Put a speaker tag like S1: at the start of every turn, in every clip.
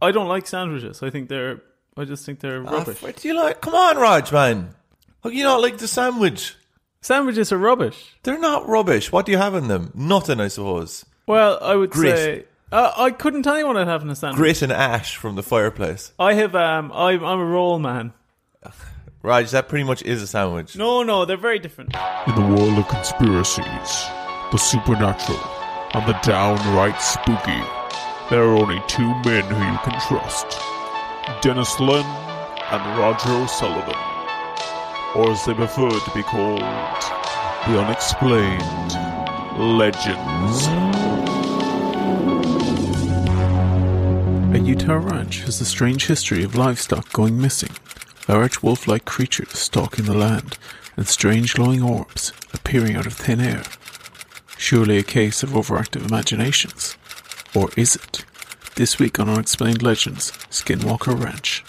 S1: I don't like sandwiches. I think they're. I just think they're
S2: Ah,
S1: rubbish.
S2: what do you like? Come on, Raj, man. How can you not like the sandwich?
S1: Sandwiches are rubbish.
S2: They're not rubbish. What do you have in them? Nothing, I suppose.
S1: Well, I would
S2: Grit.
S1: say uh, I couldn't tell you what I'd have in a sandwich.
S2: Grit and ash from the fireplace.
S1: I have. Um, I'm, I'm a roll man.
S2: Raj, that pretty much is a sandwich.
S1: No, no, they're very different.
S3: In the world of conspiracies, the supernatural, and the downright spooky, there are only two men who you can trust Dennis Lynn and Roger O'Sullivan. Or as they prefer to be called, the unexplained legends. A Utah ranch has a strange history of livestock going missing, large wolf like creatures stalking the land, and strange glowing orbs appearing out of thin air. Surely a case of overactive imaginations. Or is it? This week on Unexplained Legends, Skinwalker Ranch.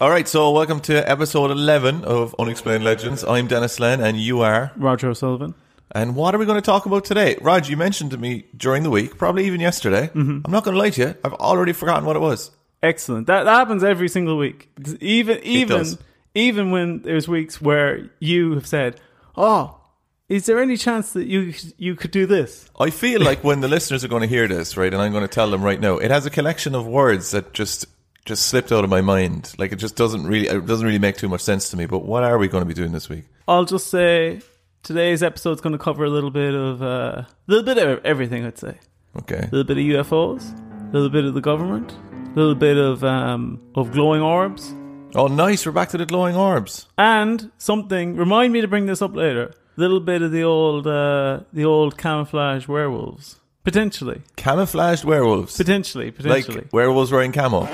S2: All right, so welcome to episode 11 of Unexplained Legends. I'm Dennis Len, and you are.
S1: Roger O'Sullivan.
S2: And what are we going to talk about today? Raj, you mentioned to me during the week, probably even yesterday.
S1: Mm-hmm.
S2: I'm not going to lie to you, I've already forgotten what it was.
S1: Excellent. That, that happens every single week. Even even
S2: does.
S1: even when there's weeks where you have said, "Oh, is there any chance that you you could do this?"
S2: I feel like when the listeners are going to hear this, right, and I'm going to tell them right now, it has a collection of words that just just slipped out of my mind. Like it just doesn't really it doesn't really make too much sense to me. But what are we going to be doing this week?
S1: I'll just say today's episode's going to cover a little bit of uh, a little bit of everything. I'd say
S2: Okay.
S1: a little bit of UFOs, a little bit of the government, a little bit of um, of glowing orbs,
S2: Oh, nice. We're back to the glowing orbs.
S1: and something. Remind me to bring this up later. A little bit of the old uh, the old camouflage werewolves. Potentially,
S2: Camouflaged werewolves.
S1: potentially, potentially.
S2: Like werewolves wearing camo.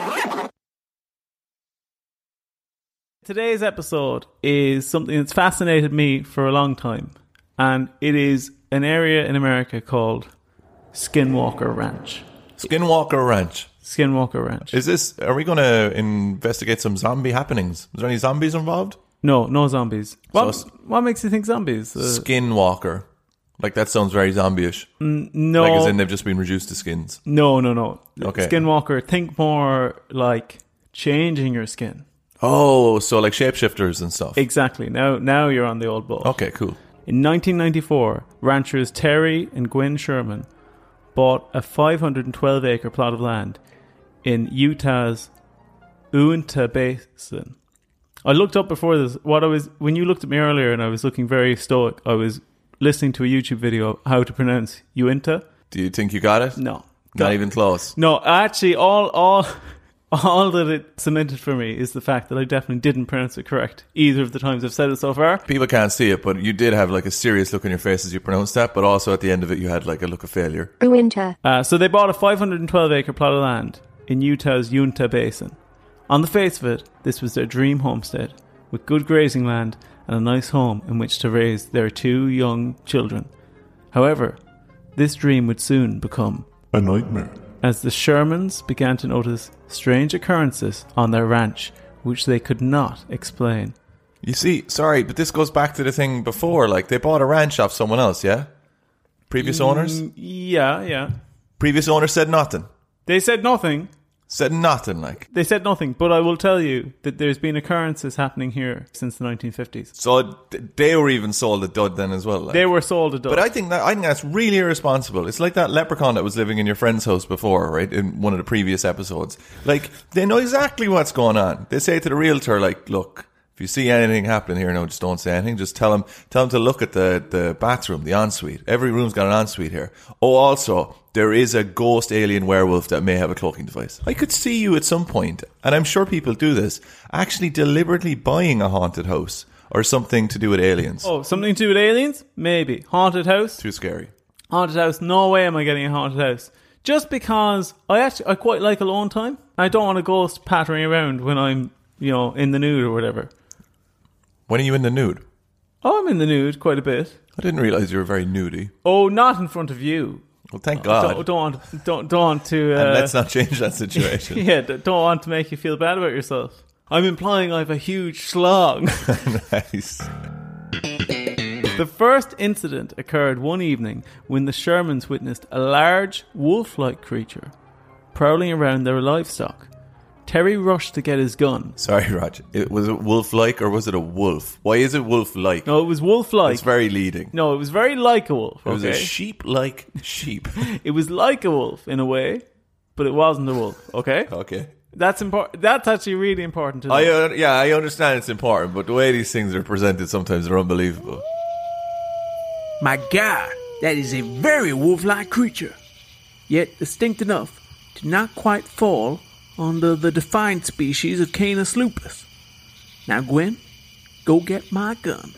S1: Today's episode is something that's fascinated me for a long time, and it is an area in America called Skinwalker Ranch.
S2: Skinwalker Ranch.
S1: Skinwalker Ranch.
S2: Is this? Are we going to investigate some zombie happenings? Is there any zombies involved?
S1: No, no zombies. What,
S2: So-
S1: what makes you think zombies? Uh,
S2: Skinwalker. Like that sounds very zombie-ish.
S1: no,
S2: Like as in they've just been reduced to skins.
S1: no, no, no.
S2: Okay.
S1: Skinwalker, think more like changing your skin.
S2: Oh, so like shapeshifters and stuff.
S1: Exactly. Now, now you're on the old ball.
S2: Okay, cool.
S1: In 1994, ranchers Terry and Gwen Sherman bought a 512 acre plot of land in Utah's Uinta Basin. I looked up before this what I was when you looked at me earlier and I was looking very stoic. I was listening to a YouTube video of how to pronounce Uinta.
S2: Do you think you got it?
S1: No.
S2: Not even close.
S1: No, actually all all all that it cemented for me is the fact that I definitely didn't pronounce it correct either of the times I've said it so far.
S2: People can't see it, but you did have like a serious look on your face as you pronounced that, but also at the end of it, you had like a look of failure.
S4: Uinta.
S1: Uh, so they bought a 512 acre plot of land in Utah's Uinta Basin. On the face of it, this was their dream homestead, with good grazing land and a nice home in which to raise their two young children. However, this dream would soon become
S3: A nightmare.
S1: as the Shermans began to notice strange occurrences on their ranch which they could not explain.
S2: You see, sorry, but this goes back to the thing before. Like, they bought a ranch off someone else, yeah? Previous owners?
S1: Mm, Yeah, yeah.
S2: Previous owners said nothing.
S1: They said nothing.
S2: Said nothing, like.
S1: They said nothing, but I will tell you that there's been occurrences happening here since the 1950s.
S2: So th- they were even sold a dud then as well. Like.
S1: They were sold a dog.
S2: but I think that I think that's really irresponsible. It's like that leprechaun that was living in your friend's house before, right? In one of the previous episodes. Like they know exactly what's going on. They say to the realtor, like, look, if you see anything happening here now, just don't say anything. Just tell them tell them to look at the, the bathroom, the ensuite. Every room's got an ensuite here. Oh also, there is a ghost alien werewolf that may have a cloaking device. I could see you at some point, and I'm sure people do this, actually deliberately buying a haunted house or something to do with aliens.
S1: oh, something to do with aliens? Maybe. Haunted house?
S2: Too scary.
S1: Haunted house. No way am I getting a haunted house. Just because I actually I quite like alone time. I don't want a ghost pattering around when I'm, you know, in the nude or whatever.
S2: When are you in the nude?
S1: Oh, I'm in the nude quite a bit.
S2: I didn't realize you were very nudie.
S1: Oh, not in front of you.
S2: Well, thank God.
S1: Don't, don't want don't don't want to uh,
S2: and let's not change that situation.
S1: Yeah, d- don't want to make you feel bad about yourself. I'm implying I've a huge schlong.
S2: nice.
S1: The first incident occurred one evening when the Shermans witnessed a large wolf like creature prowling around their livestock. Terry rushed to get his gun.
S2: Sorry, Roger. It was it wolf like or was it a wolf? Why is it wolf like?
S1: No, it was wolf like.
S2: it's very leading.
S1: No, it was very like a wolf.
S2: It was a
S1: okay?
S2: sheep like sheep.
S1: it was like a wolf in a way, but it wasn't a wolf. Okay,
S2: okay.
S1: that's important. That's actually really important to know.
S2: I uh, yeah, I understand it's important, but the way these things are presented sometimes are unbelievable.
S4: My God, that is a very wolf like creature, yet distinct enough to not quite fall under the defined species of Canis lupus. Now, Gwen, go get my gun.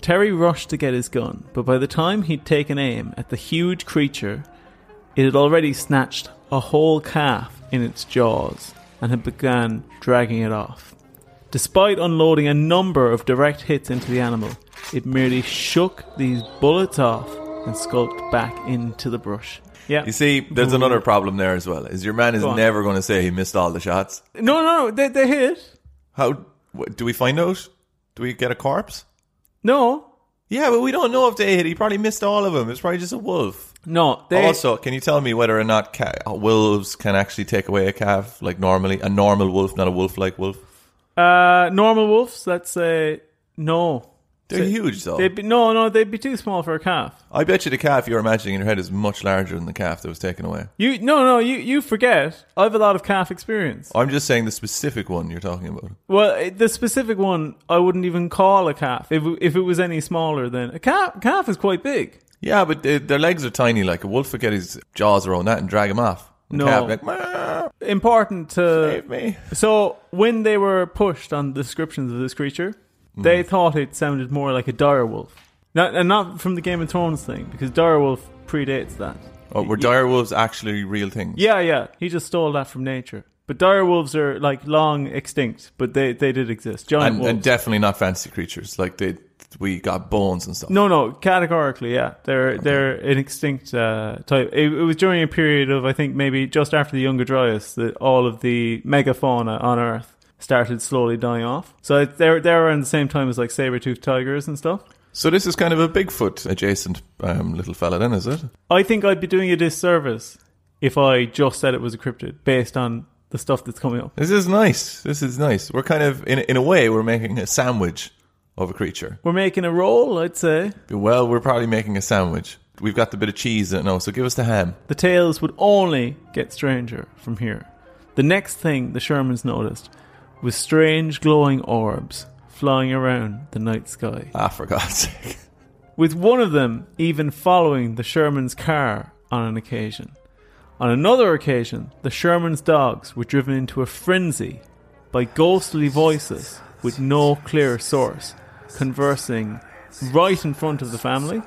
S1: Terry rushed to get his gun, but by the time he'd taken aim at the huge creature, it had already snatched a whole calf in its jaws and had begun dragging it off. Despite unloading a number of direct hits into the animal, it merely shook these bullets off and skulked back into the brush. Yeah.
S2: You see, there's another problem there as well. Is your man is
S1: Mm-hmm. Go on.
S2: never going to say he missed all the shots?
S1: No, no, no, they, they hit.
S2: How wh- do we find out? Do we get a corpse?
S1: No,
S2: Yeah, but we don't know if they hit. He probably missed all of them. It's probably just a wolf.
S1: no, they.
S2: also, can you tell me whether or not ca- uh, wolves can actually take away a calf like normally? A normal wolf, not a wolf-like wolf.
S1: Uh, normal wolves, let's say, no.
S2: They're huge, though.
S1: They'd be, no, no, they'd be too small for a calf.
S2: I bet you the calf you're imagining in your head is much larger than the calf that was taken away.
S1: You no no you you forget. I have a lot of calf experience.
S2: I'm just saying the specific one you're talking about.
S1: Well, eh, the specific one I wouldn't even call a calf if if it was any smaller than a calf. Calf is quite big.
S2: Yeah, but they, their legs are tiny. Like a wolf would get his jaws around that and drag him off. And
S1: No. Uh,
S2: calf would be like, "Meow,
S1: Important to
S2: save me.
S1: so when they were pushed on descriptions of this creature, they thought it sounded more like a dire wolf, not, and not from the Game of Thrones thing because dire wolf predates that.
S2: Oh, were dire wolves actually real things?
S1: Yeah, yeah, he just stole that from nature. But dire wolves are like long extinct, but they they did exist. Giant
S2: and,
S1: wolves.
S2: and definitely not fancy creatures. Like they, we got bones and stuff.
S1: No, no, categorically, yeah. They're they're an extinct uh, type. It, it was during a period of I think maybe just after the Younger Dryas that all of the megafauna on Earth started slowly dying off. So it- they're they're around the same time as like saber toothed tigers and stuff.
S2: So this is kind of a Bigfoot adjacent um, little fella, then, is it?
S1: I think I'd be doing a disservice if I just said it was a cryptid based on the stuff that's coming up.
S2: This is nice. This is nice. We're kind of in in a way we're making a sandwich of a creature.
S1: We're making a roll, I'd say.
S2: Well, we're probably making a sandwich. We've got the bit of cheese in it now, so give us the ham.
S1: The tales would only get stranger from here. The next thing the Shermans noticed was strange glowing orbs flying around the night sky,
S2: Ah, for God's sake.
S1: with one of them even following the Sherman's car on an occasion. On another occasion, the Sherman's dogs were driven into a frenzy by ghostly voices with no clear source conversing right in front of the family.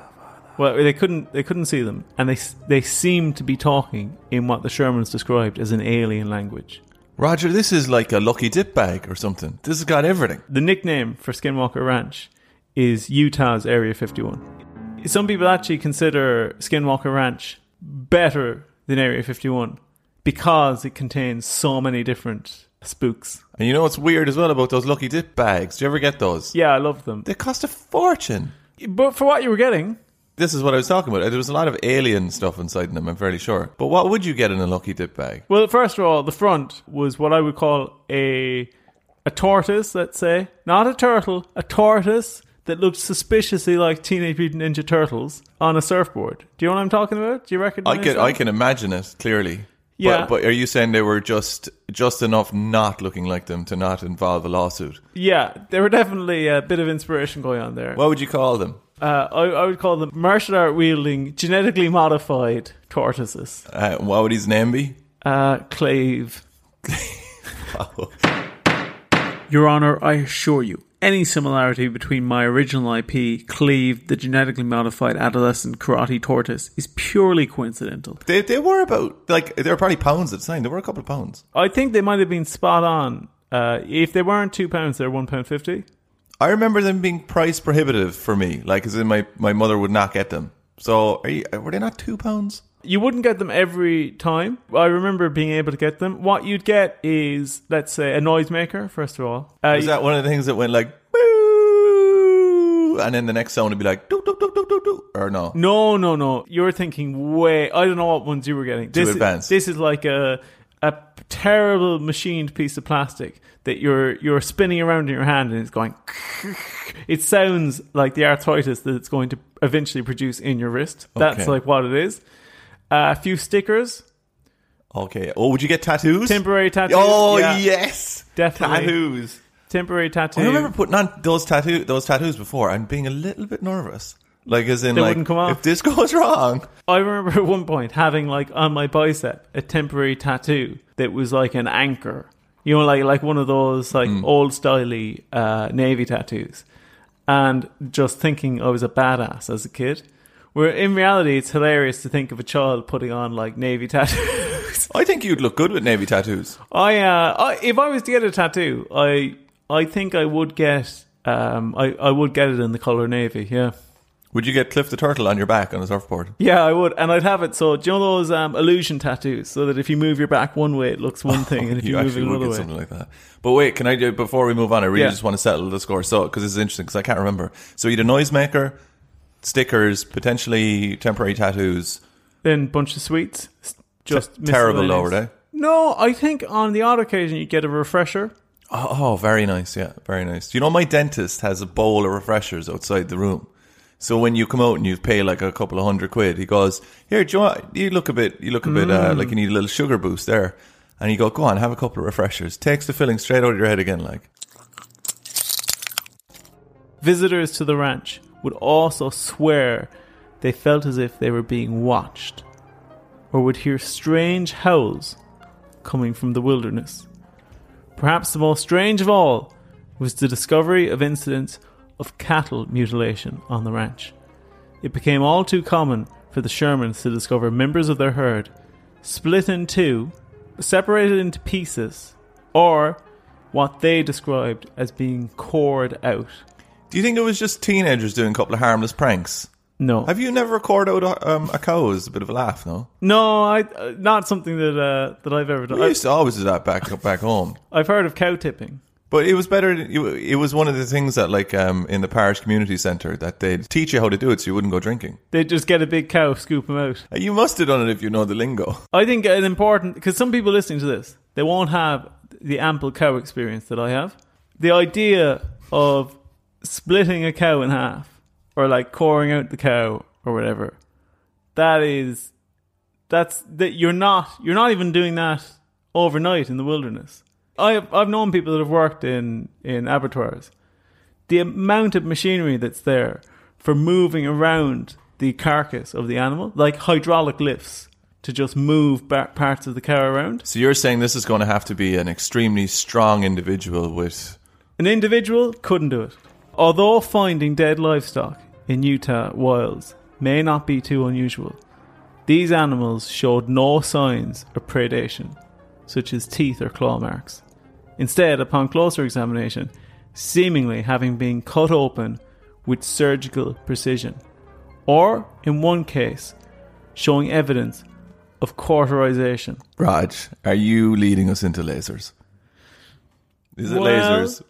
S1: Well, they couldn't they couldn't see them, and they s- they seemed to be talking in what the Shermans described as an alien language.
S2: Roger, this is like a lucky dip bag or something. This has got everything.
S1: The nickname for Skinwalker Ranch is Utah's Area 51. Some people actually consider Skinwalker Ranch better than Area 51 because it contains so many different spooks.
S2: And you know what's weird as well about those lucky dip bags? Do you ever get those?
S1: Yeah, I love them.
S2: They cost a fortune.
S1: But for what you were getting,
S2: This is what I was talking about. There was a lot of alien stuff inside them, I'm fairly sure. But what would you get in a lucky dip bag?
S1: Well, first of all, the front was what I would call a a tortoise, let's say, not a turtle, a tortoise that looked suspiciously like Teenage Mutant Ninja Turtles on a surfboard. Do you know what I'm talking about? Do you recognize?
S2: I can
S1: that?
S2: I can imagine it clearly.
S1: Yeah.
S2: But, but are you saying they were just just enough not looking like them to not involve a lawsuit?
S1: Yeah, there were definitely a bit of inspiration going on there.
S2: What would you call them?
S1: uh, I, I would call them martial art wielding, genetically modified tortoises.
S2: Uh, what would his name be?
S1: Uh, clave.
S4: Your Honor, I assure you, any similarity between my original IP, Cleave, the genetically modified adolescent karate tortoise, is purely coincidental.
S2: They they were about like they were probably pounds at the time. They were a couple of pounds.
S1: I think they might have been spot on. Uh, if they weren't two pounds, they're one pound fifty.
S2: I remember them being price prohibitive for me. Like as in my my mother would not get them. So are you, were they not two pounds?
S1: You wouldn't get them every time. I remember being able to get them. What you'd get is, let's say, a noisemaker, first of all. Uh,
S2: Is that one of the things that went like boo and then the next sound would be like do do do do do do or no.
S1: No, no, no. You're thinking way. I don't know what ones you were getting. This
S2: advanced.
S1: Is, this is like a a terrible machined piece of plastic that you're you're spinning around in your hand and it's going. It sounds like the arthritis that it's going to eventually produce in your wrist. That's
S2: Okay.
S1: like what it is. Uh, a few stickers,
S2: Okay. Oh, would you get tattoos?
S1: temporary tattoos.
S2: Oh
S1: Yeah,
S2: yes,
S1: Definitely.
S2: tattoos.
S1: temporary tattoos.
S2: I remember putting on those tattoo those tattoos before and being a little bit nervous. Like as in
S1: They
S2: like
S1: wouldn't come off.
S2: if this goes wrong.
S1: I remember at one point having like on my bicep a temporary tattoo that was like an anchor. You know, like like one of those like old styley uh, navy tattoos, and just thinking I was a badass as a kid. Where in reality, it's hilarious to think of a child putting on like navy tattoos.
S2: I think you'd look good with navy tattoos.
S1: I, uh, I if I was to get a tattoo, I I think I would get um I, I would get it in the color navy. Yeah.
S2: Would you get Cliff the Turtle on your back on a surfboard?
S1: Yeah, I would, and I'd have it. So, do you know those um, illusion tattoos? So that if you move your back one way, it looks one thing, and if you, move it
S2: Oh, actually would
S1: another
S2: get
S1: way,
S2: something like that. But wait, can I do before we move on? I really
S1: Yeah.
S2: just want to settle the score. So because it's interesting because I can't remember. So you had a noisemaker, stickers, potentially temporary tattoos.
S1: then bunch of sweets, s- just
S2: terrible eh?
S1: miscellaneous.
S2: though, were they?
S1: No, I think on the odd occasion you get a refresher.
S2: Oh, oh, very nice. Yeah, very nice. You know, my dentist has a bowl of refreshers outside the room. So when you come out and you pay like a couple of hundred quid, he goes, "Here, do you, want, you look a bit, you look a bit uh, like you need a little sugar boost there." And you go, "Go on, have a couple of refreshers." Takes the filling straight out of your head again, like.
S1: Visitors to the ranch would also swear they felt as if they were being watched, or would hear strange howls coming from the wilderness. Perhaps the most strange of all was the discovery of incidents of cattle mutilation on the ranch. It became all too common for the Shermans to discover members of their herd split in two, separated into pieces, or what they described as being cored out.
S2: Do you think it was just teenagers doing a couple of harmless pranks?
S1: No,
S2: Have you never recorded out a, um, a cow as a bit of a laugh? No,
S1: no, I uh, not something that uh, that I've ever done.
S2: we
S1: I've,
S2: used to always do that back back home.
S1: I've heard of cow tipping.
S2: But it was better. It was one of the things that, like, um, in the parish community centre, that they'd teach you how to do it, so you wouldn't go drinking.
S1: They just get a big cow, scoop them out.
S2: You must have done it if you know the lingo.
S1: I think an important because some people listening to this they won't have the ample cow experience that I have. The idea of splitting a cow in half or like coring out the cow or whatever that is that's that you're not you're not even doing that overnight in the wilderness. I I've known people that have worked in in abattoirs. The amount of machinery that's there for moving around the carcass of the animal, like hydraulic lifts to just move ba- parts of the cow around.
S2: So you're saying this is going to have to be an extremely strong individual with.
S1: An individual couldn't do it. Although finding dead livestock in Utah wilds may not be too unusual, these animals showed no signs of predation, such as teeth or claw marks. Instead, upon closer examination, seemingly having been cut open with surgical precision, or in one case, showing evidence of cauterization.
S2: Raj, are you leading us into lasers? Is it
S1: Well-
S2: lasers?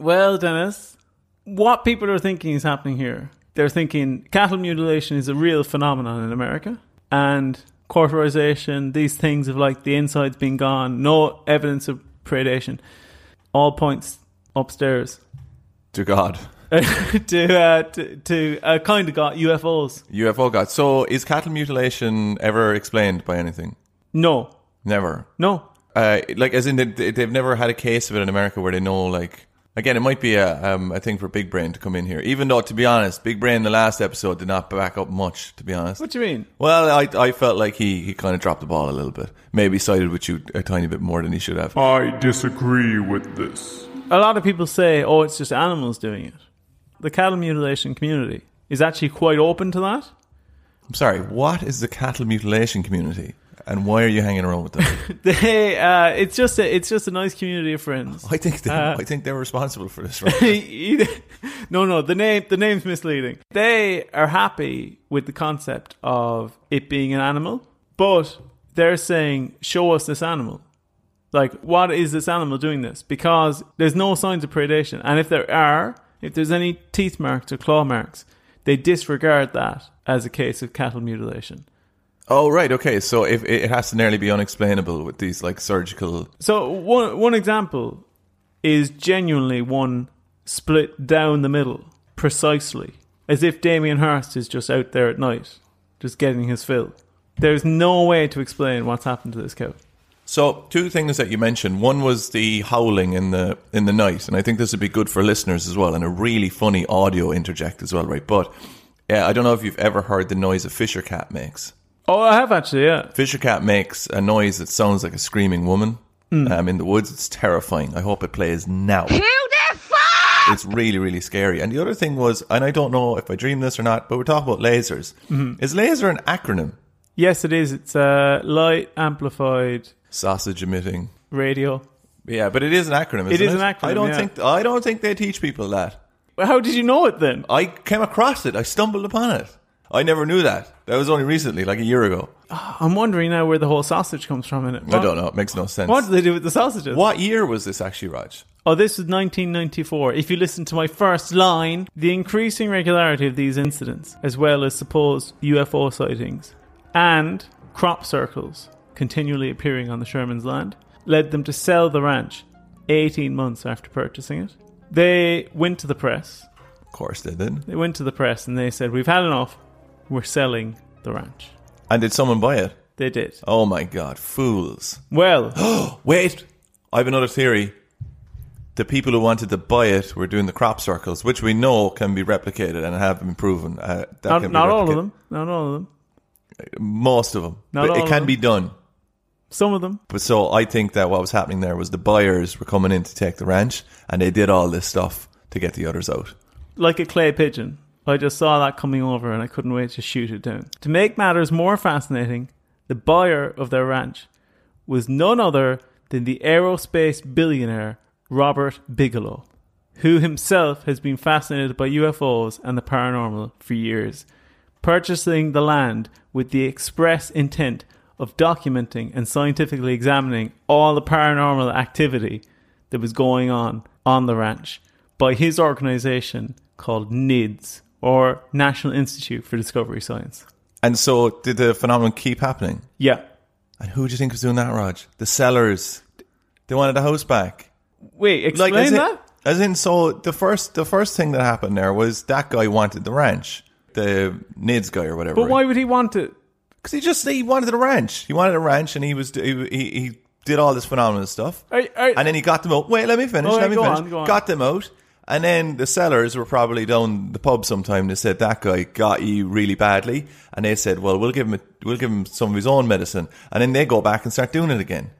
S1: Well, Dennis, what people are thinking is happening here. They're thinking cattle mutilation is a real phenomenon in America, and cauterization, these things of like the insides being gone, no evidence of predation, all points upstairs
S2: To God.
S1: to, uh, to to uh, kind of got UFOs.
S2: UFO God. So is cattle mutilation ever explained by anything?
S1: No,
S2: Never.
S1: no,
S2: Uh, like as in they, they- they've never had a case of it in America where they know like again it might be a um, a thing for Big Brain to come in here. Even though to be honest, Big Brain in the last episode did not back up much. To be honest,
S1: what do you mean?
S2: well, I I felt like he he kind of dropped the ball a little bit. Maybe sided with you a tiny bit more than he should have.
S3: I disagree with this.
S1: A lot of people say, oh, it's just animals doing it. The cattle mutilation community is actually quite open to that.
S2: I'm sorry. What is the cattle mutilation community? And why are you hanging around with them?
S1: They, uh, it's just a, it's just a nice community of friends.
S2: I think they,
S1: Uh,
S2: I think they're responsible for this. Right?
S1: no, no, the name the name's misleading. They are happy with the concept of it being an animal, but they're saying, "Show us this animal." Like, what is this animal doing this? Because there's no signs of predation, and if there are, If there's any teeth marks or claw marks, they disregard that as a case of cattle mutilation.
S2: Oh, right. Okay. So if it has to nearly be unexplainable with these like surgical.
S1: So one one example is genuinely one split down the middle, precisely, as if Damien Hirst is just out there at night, just getting his fill. There's no way to explain what's happened to this cow.
S2: So two things that you mentioned. One was the howling in the in the night, and I think this would be good for listeners as well, and a really funny audio interject as well, right? But yeah, I don't know if you've ever heard the noise a Fisher cat makes.
S1: Oh, I have actually, yeah.
S2: Fisher cat makes a noise that sounds like a screaming woman.
S1: Hmm.
S2: Um, in the woods, it's terrifying. I hope it plays now. It's really, really scary. And the other thing was, and I don't know if I dreamed this or not, but we're talking about lasers.
S1: Mm-hmm.
S2: Is laser an acronym?
S1: Yes, it is. It's uh, light amplified
S2: Sausage emitting.
S1: radio.
S2: Yeah, but it is an acronym. Isn't
S1: It
S2: it
S1: is an acronym,
S2: I don't
S1: yeah.
S2: think I don't think they teach people that.
S1: Well, How did you know it then?
S2: I came across it. I stumbled upon it. I never knew that. That was only recently, like a year ago.
S1: I'm wondering now where the whole sausage comes from in it.
S2: I don't know. It makes no sense.
S1: What did they do with the sausages?
S2: What year was this actually, Raj?
S1: Oh, this was 1994. If you listen to my first line, the increasing regularity of these incidents, as well as supposed UFO sightings and crop circles continually appearing on the Sherman's land, led them to sell the ranch 18 months after purchasing it. They went to the press.
S2: Of course they did.
S1: They went to the press and they said, We've had enough. We're selling the ranch.
S2: And did someone buy it?
S1: They did.
S2: Oh my god, fools.
S1: Well,
S2: Wait, I have another theory. The people who wanted to buy it were doing the crop circles, which we know can be replicated and have been proven. Uh, that
S1: not,
S2: can be
S1: not all of
S2: replicated.
S1: them. Not all of them.
S2: Most of them.
S1: Not
S2: But
S1: all
S2: it
S1: of
S2: can
S1: them.
S2: be done.
S1: Some of them.
S2: But so I think that what was happening there was the buyers were coming in to take the ranch, and they did all this stuff to get the others out.
S1: like a clay pigeon. I just saw that coming over and I couldn't wait to shoot it down. To make matters more fascinating, the buyer of their ranch was none other than the aerospace billionaire Robert Bigelow, who himself has been fascinated by UFOs and the paranormal for years, purchasing the land with the express intent of documenting and scientifically examining all the paranormal activity that was going on on the ranch by his organization called NIDS or National Institute for Discovery Science.
S2: And so did the phenomenon keep happening?
S1: Yeah.
S2: And who do you think was doing that, Raj? The sellers. They wanted the house back.
S1: Wait, explain
S2: as in,
S1: that?
S2: as in, so the first the first thing that happened there was that guy wanted the ranch, the Nids guy or whatever.
S1: But why would he want it?
S2: Because he just he wanted a ranch. He wanted a ranch, and he was he he, he did all this phenomenal stuff.
S1: I- I-
S2: and then he got them out. Wait, let me finish.
S1: Oh, yeah,
S2: let me
S1: go
S2: finish.
S1: on, go on.
S2: Got them out. And then the sellers were probably down the pub sometime. They said that guy got you really badly, and they said, "Well, we'll give him a, we'll give him some of his own medicine." And then they go back and start doing it again.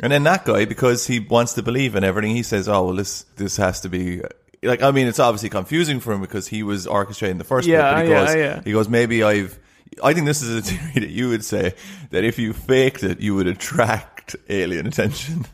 S2: And then that guy, because he wants to believe in everything, he says, "Oh well, this this has to be." Like I mean, it's obviously confusing for him because he was orchestrating the first. bit,
S1: Yeah,
S2: but he
S1: yeah,
S2: goes,
S1: yeah.
S2: He goes, maybe I've. I think this is a theory that you would say that if you faked it, you would attract alien attention.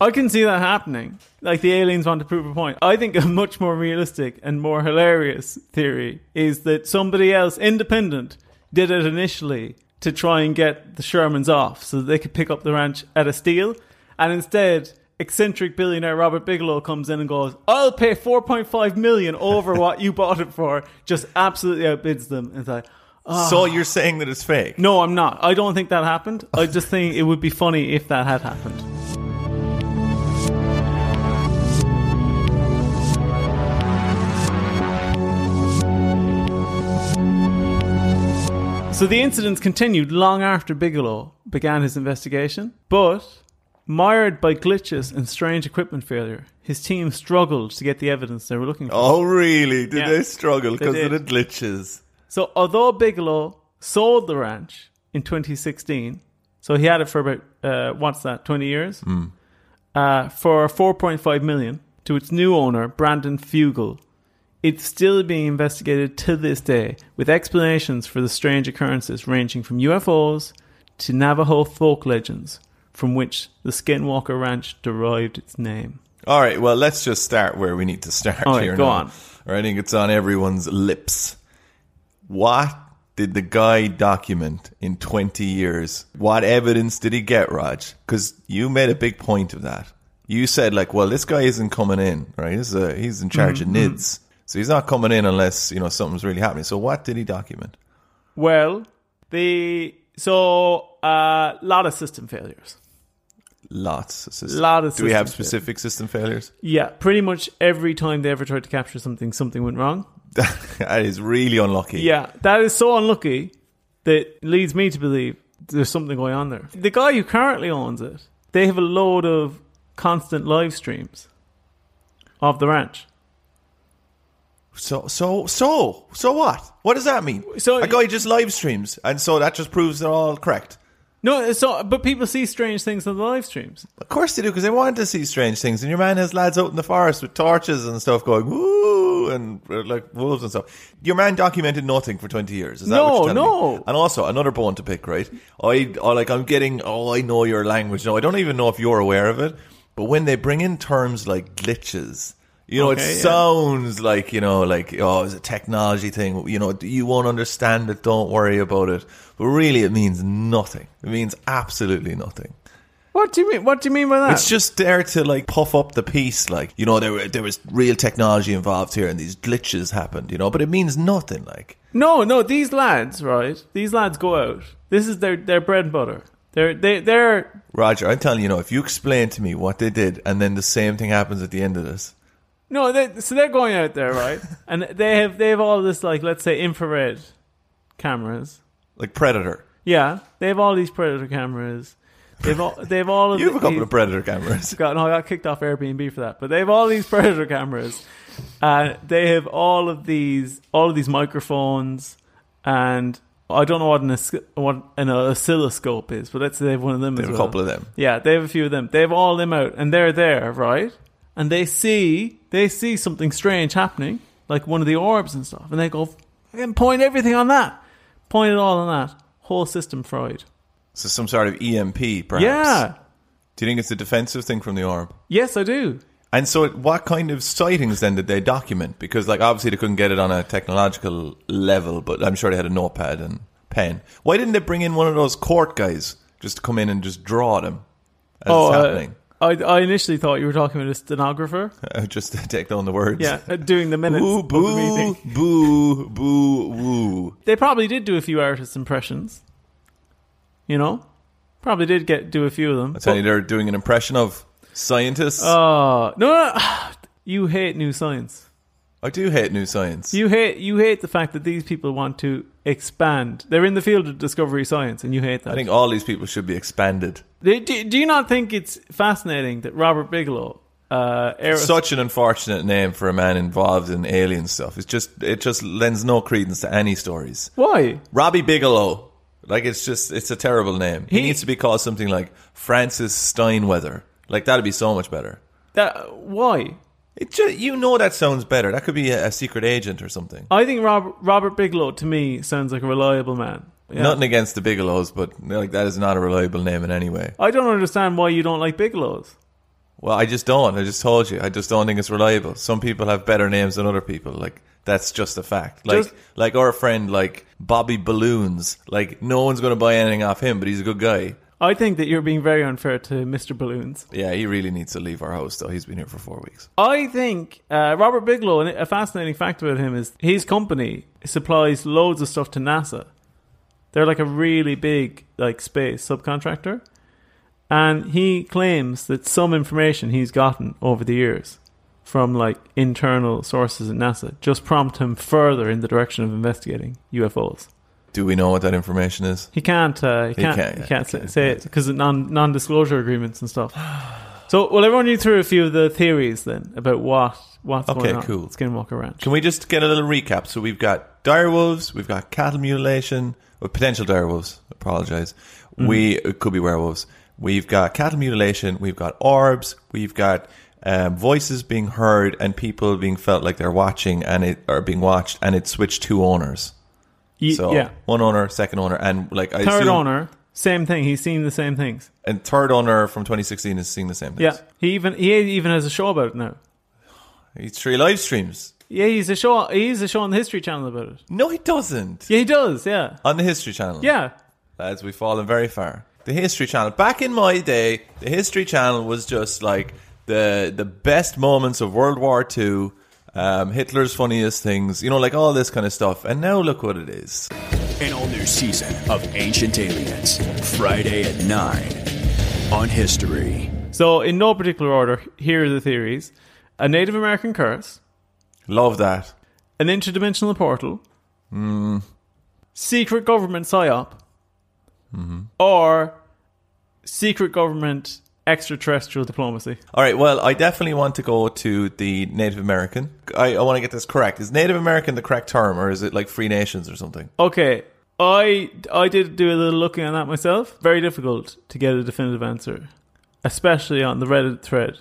S1: I can see that happening. Like the aliens want to prove a point. I think a much more realistic and more hilarious theory is that somebody else, independent, did it initially to try and get the Shermans off so that they could pick up the ranch at a steal. And instead, eccentric billionaire Robert Bigelow comes in and goes, I'll pay 4.5 million over what you bought it for. Just absolutely outbids them. And it's like, Ah.
S2: So you're saying that it's fake?
S1: no, I'm not. I don't think that happened. I just think it would be funny if that had happened. So the incidents continued long after Bigelow began his investigation, but mired by glitches and strange equipment failure, his team struggled to get the evidence they were looking for.
S2: Oh, really? Did
S1: Yeah.
S2: they struggle
S1: They
S2: because of the
S1: did.
S2: glitches?
S1: So although Bigelow sold the ranch in 2016, so he had it for about uh, what's that, 20 years, uh, for 4.5 million to its new owner Brandon Fugel. It's still being investigated to this day, with explanations for the strange occurrences ranging from UFOs to Navajo folk legends, from which the Skinwalker Ranch derived its name.
S2: All right. Well, let's just start where we need to start
S1: All right,
S2: here.
S1: go
S2: now.
S1: on.
S2: Or I think it's on everyone's lips. What did the guy document in 20 years? What evidence did he get, Raj? Because you made a big point of that. you said like, well, this guy isn't coming in, right? This is a, he's in charge
S1: Mm-hmm.
S2: of NIDS, so he's not coming in unless you know something's really happening. So what did he document?
S1: Well, the so a uh, lot of system failures.
S2: Lots, of system.
S1: Lot of
S2: Do we have
S1: system failures.
S2: specific system failures?
S1: Yeah, pretty much every time they ever tried to capture something, something went wrong.
S2: that is really unlucky.
S1: Yeah, that is so unlucky that leads me to believe there's something going on there. The guy who currently owns it, they have a load of constant live streams of the ranch.
S2: So so so so what? What does that mean?
S1: So-
S2: a guy just live streams, and so that just proves they're all correct.
S1: No, so but people see strange things on the live streams.
S2: Of course they do, because they want to see strange things. And your man has lads out in the forest with torches and stuff, going woo and uh, like wolves and stuff. Your man documented nothing for twenty years. Is that what
S1: No,
S2: you're telling
S1: no.
S2: me? And also another bone to pick, right? I, I like I'm getting. Oh, I know your language. No, I don't even know if you're aware of it. But when they bring in terms like glitches. You know,
S1: Okay,
S2: it
S1: yeah.
S2: sounds like, you know, like, oh, it's a technology thing. You know, you won't understand it. Don't worry about it. But really, it means nothing. It means absolutely nothing.
S1: What do you mean? What do you mean by that?
S2: It's just there to like puff up the piece, like you know there were, there was real technology involved here, and these glitches happened, you know. But it means nothing, like
S1: No, no, these lads, right? These lads go out. This is their, their bread and butter. They're they they're
S2: Roger. I'm telling you, you know, if you explain to me what they did, and then the same thing happens at the end of this,
S1: no, they, so they're going out there, right? and they have they have all this like let's say infrared cameras.
S2: like Predator.
S1: Yeah, they have all these predator cameras. They've all they've all of
S2: You have a couple
S1: these-
S2: of Predator cameras.
S1: got no, I got kicked off Airbnb for that. But they have all these predator cameras, and they have all of these all of these microphones, and I don't know what an os- what an oscilloscope is, but let's say they have one of them.
S2: They
S1: as
S2: have a
S1: well.
S2: couple of them.
S1: Yeah, they have a few of them. They have all them out, and they're there, right? And they see they see something strange happening, like one of the orbs and stuff, and they go and point everything on that, point it all on that whole system fried.
S2: So some sort of EMP, perhaps.
S1: Yeah.
S2: Do you think it's a defensive thing from the orb?
S1: Yes, I do.
S2: And so, what kind of sightings then did they document? Because, like, obviously they couldn't get it on a technological level, but I'm sure they had a notepad and pen. Why didn't they bring in one of those court guys just to come in and just draw them as it's
S1: uh,
S2: happening?
S1: I, I initially thought you were talking about a stenographer.
S2: Uh, just to take down the words.
S1: Yeah, uh, doing the minutes
S2: Boo,
S1: of the
S2: boo,
S1: meeting.
S2: boo, boo, woo.
S1: They probably did do a few artist impressions. You know, probably did get do a few of them.
S2: I'm telling you, they're doing an impression of scientists.
S1: Oh no, no, no. you hate new science.
S2: I do hate new science.
S1: You hate you hate the fact that these people want to expand. They're in the field of discovery science, and you hate that.
S2: I think all these people should be expanded.
S1: do, do- do you not think it's fascinating that Robert Bigelow, uh, Aerosmith,
S2: such an unfortunate name for a man involved in alien stuff. It's just it just lends no credence to any stories.
S1: why?
S2: Robbie Bigelow, like it's just it's a terrible name. He,
S1: He-
S2: needs to be called something like Francis Steinweather. Like that'd be so much better.
S1: That why?
S2: It ju you know that sounds better. That could be a, a secret agent or something.
S1: I think Rob, Robert Bigelow to me sounds like a reliable man. Yeah.
S2: Nothing against the Bigelows, but like that is not a reliable name in any way.
S1: I don't understand why you don't like Bigelows.
S2: Well, I just don't. I just told you. I just don't think it's reliable. Some people have better names than other people. Like that's just a fact. Like
S1: Just-
S2: like our friend like Bobby Balloons. Like no one's going to buy anything off him, but he's a good guy.
S1: I think that you're being very unfair to Mr. Balloons.
S2: Yeah, he really needs to leave our house though. He's been here for 4 weeks.
S1: I think uh, Robert Bigelow, and a fascinating fact about him is his company supplies loads of stuff to NASA. They're like a really big like space subcontractor, and he claims that some information he's gotten over the years from like internal sources at NASA just prompt him further in the direction of investigating UFOs.
S2: Do we know what that information is?
S1: He can't. Uh, he can't. He can't,
S2: can't, yeah, he
S1: say,
S2: can't,
S1: say it because of non non-disclosure agreements and stuff. So, well, everyone, you through a few of the theories then about what what's
S2: Okay,
S1: going on.
S2: cool.
S1: at Skinwalker Ranch.
S2: Can we just get a little recap? So we've got direwolves, we've got cattle mutilation, or potential direwolves. Apologize.
S1: Mm-hmm.
S2: We it could be werewolves. We've got cattle mutilation. We've got orbs. We've got um, voices being heard and people being felt like they're watching and it are being watched, and it switched two owners.
S1: Ye-
S2: So
S1: yeah,
S2: one owner, second owner, and like I
S1: third
S2: assume-
S1: owner, same thing. He's seeing the same things.
S2: and third owner from 2016 is seeing the same things.
S1: Yeah, he even he even has a show about it now.
S2: he's three live streams.
S1: Yeah, he's a show. He's a show on the History Channel about it.
S2: No, he doesn't.
S1: Yeah, he does. Yeah,
S2: On the History Channel.
S1: yeah.
S2: Lads, we've fallen very far. The History Channel. Back in my day, the History Channel was just like the the best moments of World War II, um, Hitler's funniest things, you know, like all this kind of stuff. And now look what it is.
S5: An all new season of Ancient Aliens, Friday at 9 on History.
S1: So, in no particular order, here are the theories a Native American curse,
S2: Love that.
S1: an interdimensional portal, secret government psyop, or secret government extraterrestrial diplomacy.
S2: All right. Well, I definitely want to go to the Native American. I, I want to get this correct. Is Native American the correct term, or is it like Free Nations or something?
S1: Okay, I I did do a little looking on that myself. Very difficult to get a definitive answer, especially on the Reddit thread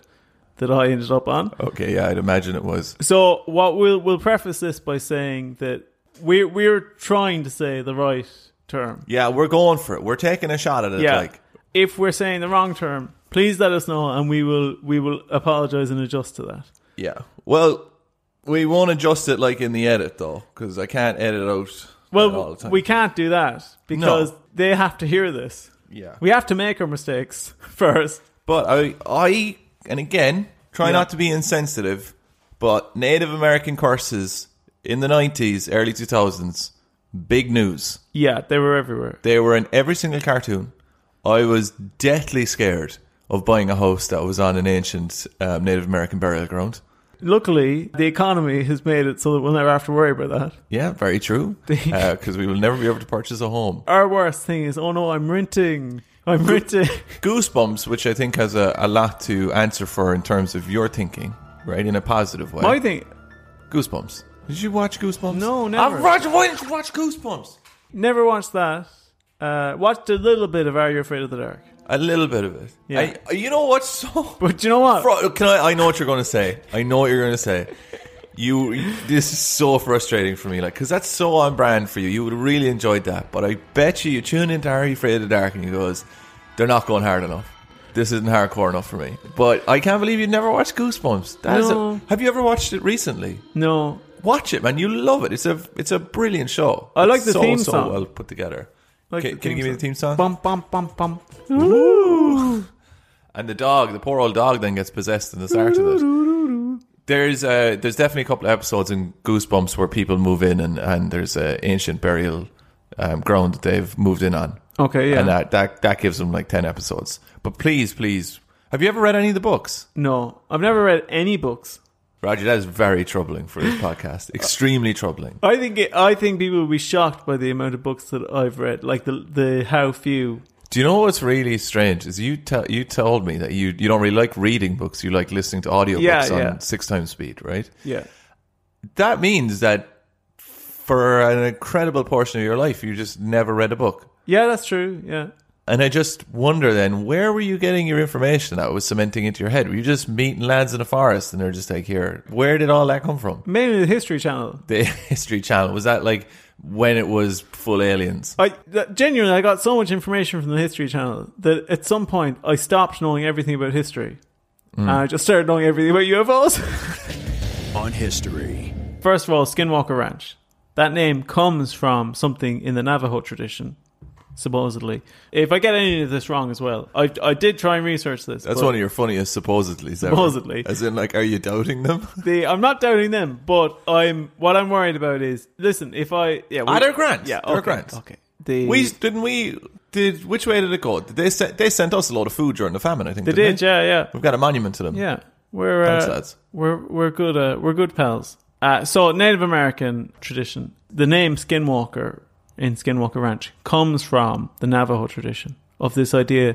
S1: that I ended up on.
S2: Okay. Yeah, I'd imagine it was.
S1: So what we'll we'll preface this by saying that we're we're trying to say the right term.
S2: Yeah, we're going for it. We're taking a shot at it. Like,
S1: if we're saying the wrong term, please let us know and we will we will apologize and adjust to that.
S2: yeah. Well, we won't adjust it like in the edit though, because I can't edit out. all
S1: Well,
S2: the time.
S1: we can't do that because
S2: No.
S1: they have to hear this.
S2: Yeah.
S1: We have to make our mistakes first.
S2: But I, I, and again, try not to be insensitive, but Native American curses in the 90s, early 2000s, big news.
S1: Yeah, they were everywhere.
S2: They were in every single cartoon. I was deathly scared of buying a house that was on an ancient um, Native American burial ground.
S1: Luckily, the economy has made it so that we'll never have to worry about that.
S2: Yeah, very true. Because we will never be able to purchase a home.
S1: Our worst thing is, oh no, I'm renting. I'm renting.
S2: Oh, Goosebumps, which I think has a, a lot to answer for in terms of your thinking, right? In a positive way.
S1: My thing,
S2: Goosebumps. Did you watch Goosebumps?
S1: No, never.
S2: I've watched, why didn't you watch Goosebumps?
S1: never watched that. Uh, watched a little bit of Are You Afraid of the Dark?
S2: A little bit of it.
S1: Yeah.
S2: I, you know what's so.
S1: But you know what?
S2: Fro- can I? I know what you're going to say. I know what you're going to say. You. This is so frustrating for me, like, because that's so on brand for you. You would have really enjoyed that, but I bet you you tune into Harry Afraid of the Dark and you goes, they're not going hard enough. This isn't hardcore enough for me. But I can't believe you never watched Goosebumps. That is
S1: No.
S2: a, have you ever watched it recently?
S1: no.
S2: Watch it, man. You love it. It's a it's a brilliant show.
S1: I like
S2: It's
S1: the
S2: so,
S1: theme
S2: so
S1: song.
S2: well put together.
S1: Like
S2: can
S1: the
S2: can you
S1: theme
S2: give me the
S1: song.
S2: theme song?
S4: Bum, bum, bum, bum.
S2: And the dog, the poor old dog, then gets possessed in the start of it. There's uh, there's definitely a couple of episodes in Goosebumps where people move in and, and there's an ancient burial um, ground that they've moved in on.
S1: Okay, yeah.
S2: And that, that, that gives them like 10 episodes. But please, please, have you ever read any of the books?
S1: No. I've never read any books.
S2: Roger, that is very troubling for this podcast. Extremely troubling.
S1: I think it, I think people will be shocked by the amount of books that I've read, like the the how few.
S2: Do you know what's really strange? Is you tell you told me that you, you don't really like reading books, you like listening to audiobooks
S1: Yeah,
S2: on
S1: yeah.
S2: six times speed, right?
S1: Yeah,
S2: that means that for an incredible portion of your life, you just never read a book.
S1: yeah, that's true. Yeah,
S2: And I just wonder then, where were you getting your information that was cementing into your head? Were you just meeting lads in a forest and they're just like, here, where did all that come from?
S1: mainly the History Channel.
S2: The History Channel, was that like when it was full aliens?
S1: I that, genuinely, I got so much information from the History Channel that at some point I stopped knowing everything about history, and I just started knowing everything about UFOs.
S5: On History.
S1: First of all, Skinwalker Ranch. That name comes from something in the Navajo tradition, supposedly. If I get any of this wrong as well, I I did try and research this.
S2: That's
S1: but-
S2: one of your funniest supposedly.
S1: Supposedly.
S2: As in, like, are you doubting them?
S1: The, I'm not doubting them, but I'm what I'm worried about is listen if I yeah we,
S2: Ah, they're grand.
S1: yeah
S2: They're
S1: okay,
S2: grand.
S1: okay the
S2: we didn't we? Did which way did it go? Did they sent they sent us a lot of food during the famine? I think
S1: they
S2: didn't
S1: did yeah yeah
S2: We've got a monument to them.
S1: yeah we're
S2: Thanks,
S1: uh,
S2: lads.
S1: we're we're good uh, we're good pals uh, so Native American tradition the name Skinwalker in Skinwalker Ranch comes from the Navajo tradition of this idea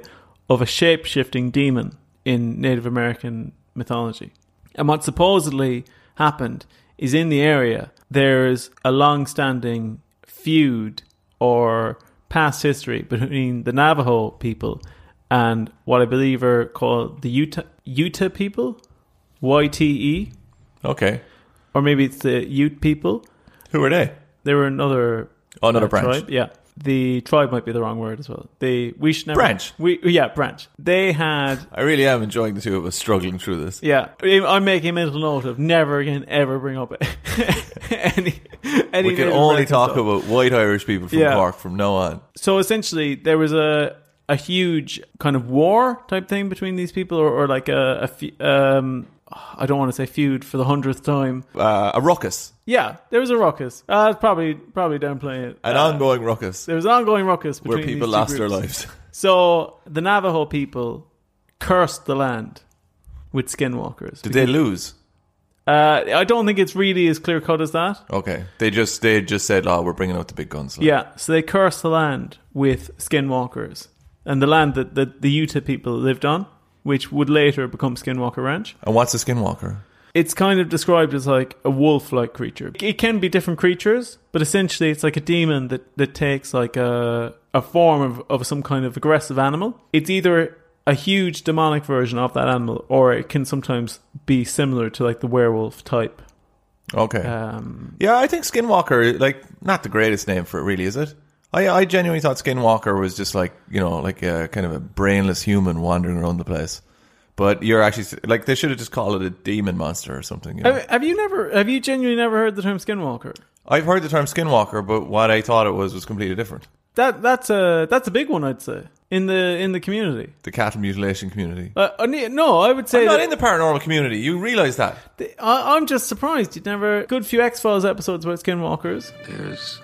S1: of a shape shifting demon in Native American mythology. And what supposedly happened is in the area, there's a long standing feud or past history between the Navajo people and what I believe are called the Utah, Utah people, YTE,
S2: Okay.
S1: E, or maybe it's the Ute people.
S2: Who are they?
S1: They were another
S2: Oh, another
S1: uh,
S2: branch.
S1: Tribe. Yeah, the tribe might be the wrong word as well. They we should never
S2: Branch.
S1: We yeah branch. They had
S2: I really am enjoying the two of us struggling through this.
S1: yeah. I'm making a mental note of never again ever bring up any any.
S2: we can
S1: Native
S2: only
S1: American
S2: talk
S1: stuff.
S2: about white Irish people from
S1: Yeah.
S2: Cork from now on.
S1: So essentially, there was a a huge kind of war type thing between these people, or, or like a, a fe- um, I don't want to say feud for the hundredth time.
S2: Uh, a ruckus,
S1: Yeah, there was a ruckus. Uh, it's probably probably downplaying it.
S2: an
S1: Uh,
S2: ongoing ruckus
S1: there was an ongoing ruckus between
S2: where people
S1: these two
S2: lost their
S1: groups.
S2: lives.
S1: So the Navajo people cursed the land with skinwalkers.
S2: Did they lose?
S1: Uh, I don't think it's really as clear cut as that.
S2: Okay, they just they just said, "Oh, we're bringing out the big guns." Like,
S1: Yeah, so they cursed the land with skinwalkers and the land that, that the Utah people lived on, which would later become Skinwalker Ranch.
S2: And what's a skinwalker?
S1: It's kind of described as like a wolf like creature. It can be different creatures, but essentially it's like a demon that, that takes like a, a form of, of some kind of aggressive animal. It's either a huge demonic version of that animal or it can sometimes be similar to like the werewolf type.
S2: Okay.
S1: Um,
S2: yeah, I think skinwalker like not the greatest name for it, really, is it? I I genuinely thought skinwalker was just like you know like a kind of a brainless human wandering around the place. But you're actually like they should have just called it a demon monster or something. You know?
S1: Uh, have have you never, have you genuinely never heard the term skinwalker?
S2: I've heard the term skinwalker, but what I thought it was was completely different.
S1: That that's a that's a big one, I'd say in the in the community.
S2: The cattle mutilation community.
S1: Uh, I ne- no, I would say
S2: I'm not
S1: that-
S2: in the paranormal community. You realize that?
S1: I, I'm just surprised you'd never good few X Files episodes about skinwalkers.
S6: There's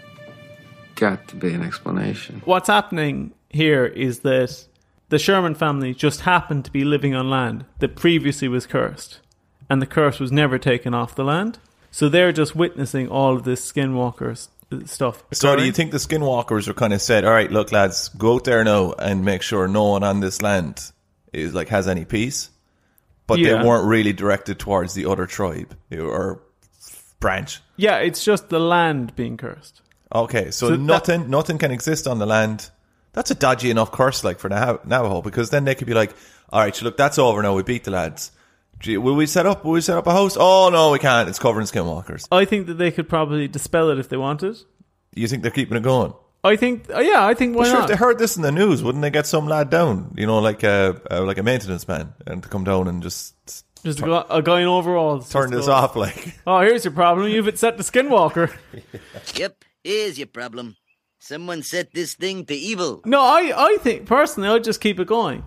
S6: got to be an explanation.
S1: What's happening here is that the Sherman family just happened to be living on land that previously was cursed, and the curse was never taken off the land. So they're just witnessing all of this skinwalker s- stuff.
S2: So do you
S1: occurring.
S2: think the skinwalkers are kind of said, all right, look, lads, go out there now and make sure no one on this land is like has any peace? But
S1: Yeah.
S2: they weren't really directed towards the other tribe or branch.
S1: Yeah, it's just the land being cursed.
S2: Okay, so,
S1: So that-
S2: nothing, nothing can exist on the land. That's a dodgy enough curse, like for Nah- Navajo, because then they could be like, all right, so look, that's over now. We beat the lads. Gee, Will we set up? Will we set up a house? Oh no, we can't. It's covered in skinwalkers.
S1: I think that they could probably dispel it if they wanted.
S2: You think they're keeping it going?
S1: I think, uh, yeah, I think why
S2: Well, sure, if
S1: not?
S2: they heard this in the news, wouldn't they get some lad down? You know, like a uh, like a maintenance man, and to come down and just
S1: Just a guy, a guy in overalls.
S2: turn
S1: just
S2: this
S1: goes,
S2: off. Like,
S1: Oh, here's your problem. You've it set to Skinwalker.
S7: Yep, here's your problem. Someone set this thing to evil.
S1: no, I, I think personally, I'd just keep it going.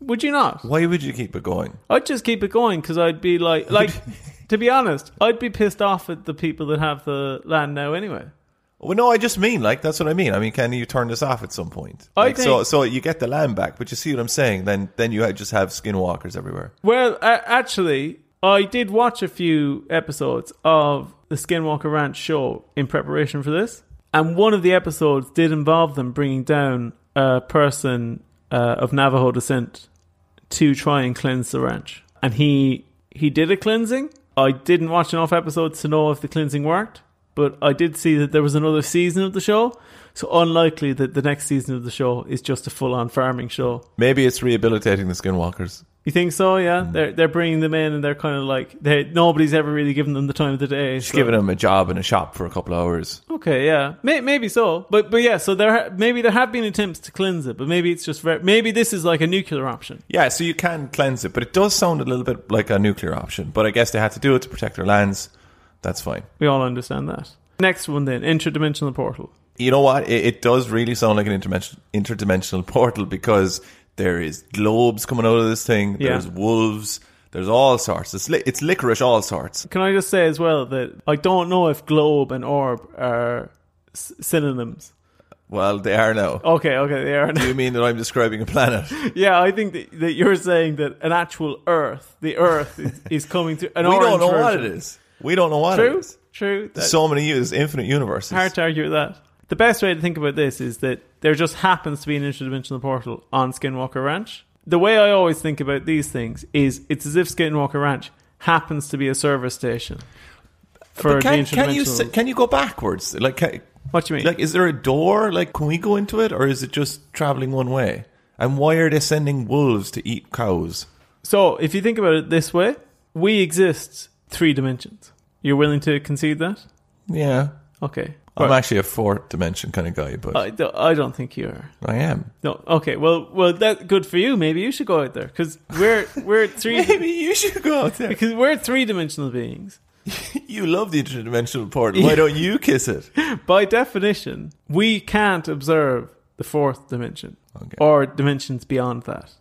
S1: Would you not?
S2: why would you keep it going?
S1: I'd just keep it going because I'd be like, like, to be honest, I'd be pissed off at the people that have the land now anyway.
S2: Well, no, I just mean like that's what I mean. I mean, can you turn this off at some point?
S1: I
S2: Like, so
S1: think-
S2: so you get the land back, but you see what I'm saying? Then then you just have skinwalkers everywhere.
S1: Well, uh, actually, I did watch a few episodes of the Skinwalker Ranch show in preparation for this, and one of the episodes did involve them bringing down a person uh, of Navajo descent to try and cleanse the ranch, and he he did a cleansing. I didn't watch enough episodes to know if the cleansing worked, but I did see that there was another season of the show. So unlikely that the next season of the show is just a full-on farming show.
S2: Maybe it's rehabilitating the skinwalkers.
S1: You think so? Yeah,
S2: Mm.
S1: they're they're bringing them in, and they're kind of like they nobody's ever really given them the time of the day.
S2: Just
S1: so-
S2: giving them a job in a shop for a couple of hours.
S1: Okay, yeah, May, maybe so, but but yeah, so there ha- maybe there have been attempts to cleanse it, but maybe it's just ver- maybe this is like a nuclear option.
S2: Yeah, so you can cleanse it, but it does sound a little bit like a nuclear option. But I guess they had to do it to protect their lands. That's fine.
S1: We all understand that. Next one then, interdimensional portal.
S2: you know what? It, it does really sound like an interdimensional, interdimensional portal because there is globes coming out of this thing.
S1: Yeah.
S2: There's wolves. There's all sorts. It's, li- it's licorice, all sorts.
S1: Can I just say as well that I don't know if globe and orb are s- synonyms.
S2: Well, they are now.
S1: Okay, okay, they are.
S2: Do Oh, you mean that I'm describing a planet?
S1: yeah, I think that, that you're saying that an actual Earth, the Earth, is, is coming to an
S2: we
S1: orange
S2: don't know what
S1: version.
S2: it is. We don't know what it
S1: True,
S2: is.
S1: true. That-
S2: There's so many years, infinite universes.
S1: Hard to argue with that. The best way to think about this is that there just happens to be an interdimensional portal on Skinwalker Ranch. The way I always think about these things is it's as if Skinwalker Ranch happens to be a service station for
S2: can,
S1: the interdimensional.
S2: can you s- can you go backwards? Like, can,
S1: what do you mean?
S2: like, is there a door? Like, can we go into it, or is it just traveling one way? And why are they sending wolves to eat cows?
S1: so if you think about it this way, we exist three dimensions. You're willing to concede that?
S2: Yeah,
S1: Okay.
S2: I'm
S1: Right.
S2: actually a fourth dimension kind of guy, but
S1: I, don't- I don't think you are.
S2: I am.
S1: No. Okay. Well, well, that good for you. Maybe you should go out there because we're we're three
S2: you should go out there.
S1: because we're three dimensional beings.
S2: You love the interdimensional portal. Why don't you kiss it?
S1: by definition, we can't observe the fourth dimension.
S2: Okay.
S1: or dimensions beyond that.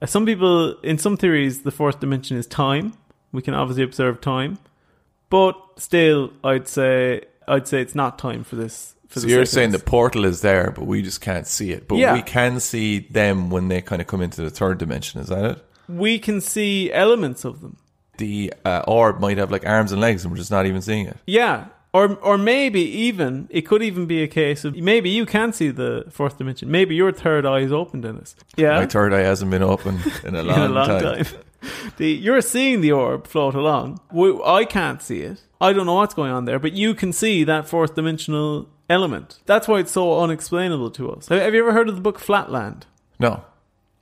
S1: Uh, Some people, in some theories, the fourth dimension is time. We can obviously observe time, but still, I'd say I'd say it's not time for this. For
S2: So
S1: this
S2: you're
S1: evidence.
S2: saying the portal is there, but we just can't see it. But
S1: Yeah.
S2: we can see them when they kind of come into the third dimension. Is that it?
S1: we can see elements of them.
S2: The uh, orb might have like arms and legs, and we're just not even seeing it.
S1: Yeah. Or, or maybe even it could even be a case of maybe you can see the fourth dimension. Maybe your third eye is opened in it. Yeah,
S2: My third eye hasn't been open in a long,
S1: in a long
S2: time.
S1: time. the, you're seeing the orb float along. We, I can't see it. I don't know what's going on there, but you can see that fourth dimensional element. That's why it's so unexplainable to us. Have, have you ever heard of the book Flatland?
S2: No,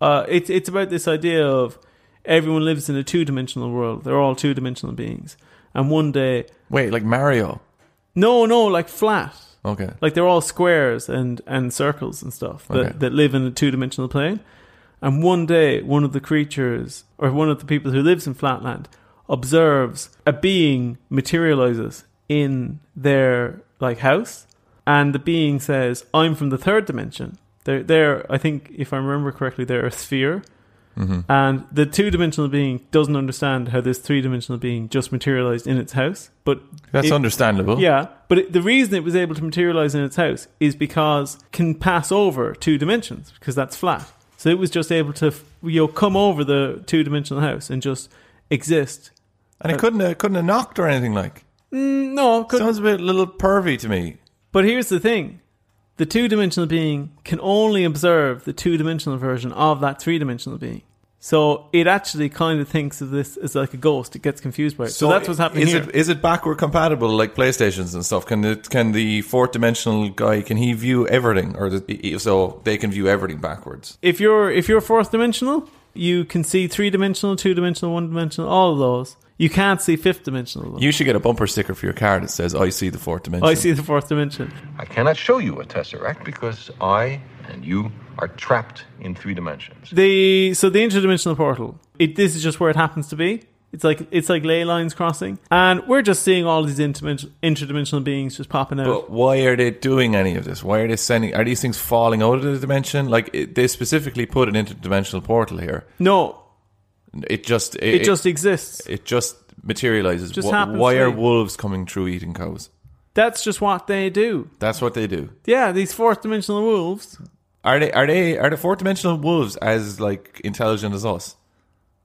S1: Uh, it's it's about this idea of everyone lives in a two dimensional world. They're all two dimensional beings, and one day,
S2: wait, like Mario.
S1: no, no, like flat.
S2: Okay,
S1: Like they're all squares and, and circles and stuff that,
S2: Okay.
S1: that live in a two dimensional plane. And one day, one of the creatures or one of the people who lives in Flatland observes a being materializes in their like house, and the being says, "I'm from the third dimension." They're, they're I think, if I remember correctly, they're a sphere.
S2: Mm-hmm.
S1: And the two dimensional being doesn't understand how this three dimensional being just materialized in its house, but
S2: that's
S1: it-
S2: understandable.
S1: yeah, but it, the reason it was able to materialize in its house is because can pass over two dimensions because that's flat. So it was just able to f- you know come over the two dimensional house and just exist.
S2: and it couldn't have, couldn't have knocked or anything like.
S1: Mm, No, it couldn't.
S2: Sounds a bit a little pervy to me.
S1: but here's the thing: the two dimensional being can only observe the two dimensional version of that three dimensional being. So it actually kind of thinks of this as like a ghost. It gets confused by it. So, that's what's happening
S2: Is
S1: here.
S2: it is it backward compatible like PlayStations and stuff? Can it can the fourth dimensional guy can he view everything or the, so they can view everything backwards?
S1: if you're if you're fourth dimensional, you can see three dimensional, two dimensional, one dimensional, all of those. You can't see fifth dimensional. Though.
S2: You should get a bumper sticker for your car that says "I see the fourth dimension."
S1: I see the fourth dimension.
S8: I cannot show you a tesseract because I and you are trapped in three dimensions.
S1: The so the interdimensional portal. It, this is just where it happens to be. It's like it's like ley lines crossing, and we're just seeing all these interdimensional, interdimensional beings just popping out.
S2: But why are they doing any of this? Why are they sending? Are these things falling out of the dimension? Like it, they specifically put an interdimensional portal here.
S1: no,
S2: It just it,
S1: it, just exists.
S2: it just materializes.
S1: Just
S2: Wh-
S1: happens
S2: why
S1: to
S2: are
S1: be.
S2: wolves coming through eating cows?
S1: That's just what they do.
S2: That's what they do.
S1: Yeah, these fourth dimensional wolves.
S2: Are they are they are the fourth dimensional wolves as like intelligent as us?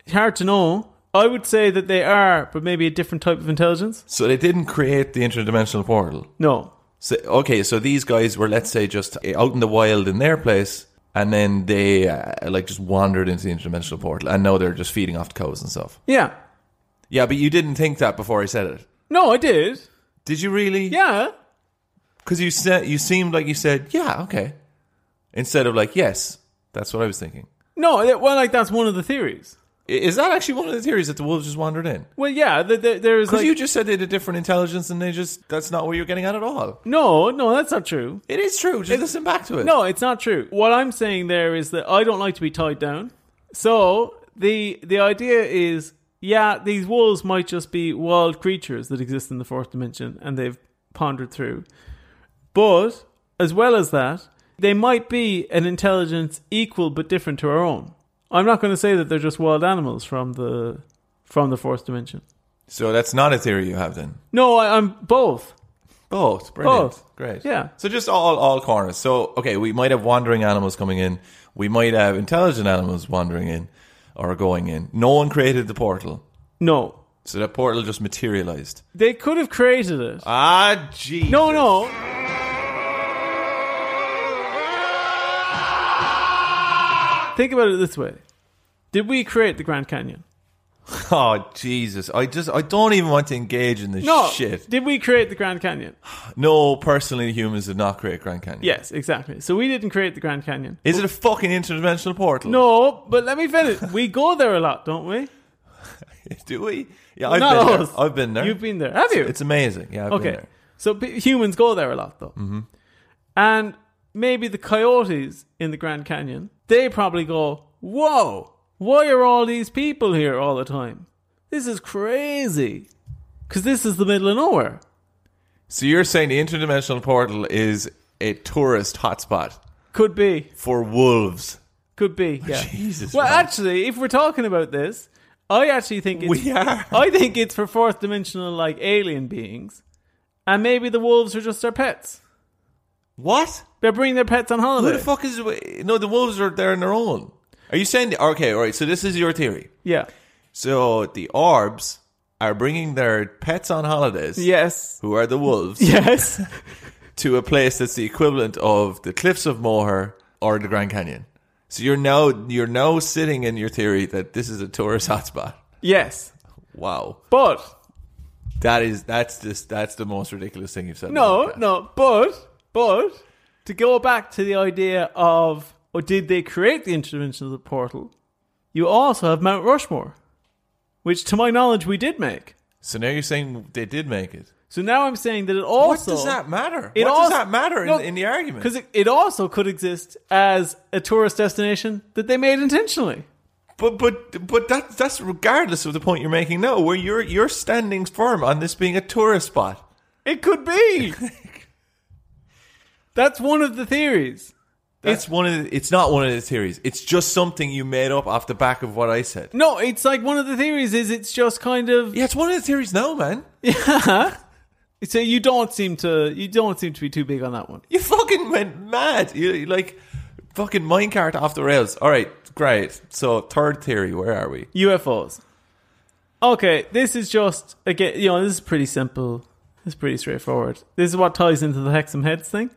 S1: It's hard to know. I would say that they are, but maybe a different type of intelligence.
S2: So they didn't create the interdimensional portal.
S1: No,
S2: So okay, so these guys were let's say just out in the wild in their place, and then they uh, like just wandered into the interdimensional portal, and now they're just feeding off the cows and stuff.
S1: yeah,
S2: Yeah, but you didn't think that before I said it,
S1: no, I did.
S2: did you? Really?
S1: Yeah.
S2: Because you said you seemed like you said yeah, okay, instead of like yes. That's what I was thinking.
S1: No, that- well, like that's one of the theories.
S2: I- Is that actually one of the theories that the wolves just wandered in?
S1: Well, yeah, th th- there is
S2: Because
S1: like
S2: you just said they had a different intelligence, and they just—that's not what you're getting at at all.
S1: no, no, that's not true.
S2: It is true. Just listen back to it.
S1: No, it's not true. What I'm saying there is that I don't like to be tied down. So the the idea is, yeah, these wolves might just be wild creatures that exist in the fourth dimension, and they've pondered through. But as well as that, they might be an intelligence equal but different to our own. I'm not going to say that they're just wild animals from the from the fourth dimension.
S2: So that's not a theory you have then.
S1: No, I, I'm both.
S2: Both, brilliant,
S1: Both.
S2: great.
S1: Yeah.
S2: So just all all corners. So okay, we might have wandering animals coming in. We might have intelligent animals wandering in or going in. No one created the portal,
S1: No,
S2: so that portal just materialized.
S1: They could have created it.
S2: Ah, gee.
S1: No, no. Think about it this way. Did we create the Grand Canyon?
S2: Oh, Jesus! I just I don't even want to engage in this
S1: No.
S2: shit.
S1: Did we create the Grand Canyon?
S2: No, personally, humans did not create Grand Canyon.
S1: Yes, exactly. So we didn't create the Grand Canyon.
S2: Is it a fucking interdimensional portal?
S1: No, but let me finish. We go there a lot, don't we?
S2: Do we? Yeah, I've
S1: Not
S2: been
S1: us.
S2: there. I've been there.
S1: You've been there. Have you?
S2: It's amazing. Yeah. Mm-hmm. I've Been
S1: Okay.
S2: there.
S1: So p- humans go there a lot, though. And maybe the coyotes in the Grand Canyon, they probably go, Whoa, why are all these people here all the time? This is crazy. Because this is the middle of nowhere.
S2: So you're saying the interdimensional portal is a tourist hotspot?
S1: Could be.
S2: for wolves.
S1: Could be. Yeah.
S2: Oh, Jesus
S1: Well,
S2: Christ.
S1: actually, if we're talking about this, I actually think it's,
S2: We are.
S1: I think it's for fourth dimensional like alien beings, and maybe the wolves are just their pets.
S2: What?
S1: They're bringing their pets on
S2: Who
S1: holiday.
S2: the fuck is? No, the wolves are there on their own. Are you saying? Okay, all right. So this is your theory.
S1: yeah.
S2: So the orbs are bringing their pets on holidays.
S1: Yes.
S2: Who are the wolves
S1: Yes.
S2: to a place that's the equivalent of the cliffs of Moher or the Grand Canyon. So you're now you're now sitting in your theory that this is a tourist hotspot.
S1: yes.
S2: Wow,
S1: But
S2: that is that's this that's the most ridiculous thing you've said. on
S1: no,
S2: the podcast.
S1: no. But but to go back to the idea of or did they create the interdimensional portal? You also have Mount Rushmore, which, to my knowledge, we did make.
S2: So now you're saying they did make it.
S1: So now I'm saying that it also
S2: what does that matter?
S1: It
S2: what does
S1: also-
S2: that matter in,
S1: No,
S2: in the argument?
S1: Because it, it also could exist as a tourist destination that they made intentionally.
S2: But but but that that's regardless of the point you're making now, where you're you're standing firm on this being a tourist spot.
S1: It could be. That's one of the theories.
S2: That's one of the, it's not one of the theories. It's just something you made up off the back of what I said.
S1: No, it's like one of the theories is it's just kind of
S2: Yeah, it's one of the theories now, man.
S1: so you don't seem to you don't seem to be too big on that one.
S2: You fucking went mad. You you like fucking minecart off the rails. All right, great. So third theory, where are we?
S1: UFOs. Okay, this is just again, you know, this is pretty simple. It's pretty straightforward. This is what ties into the Hexam Heads thing.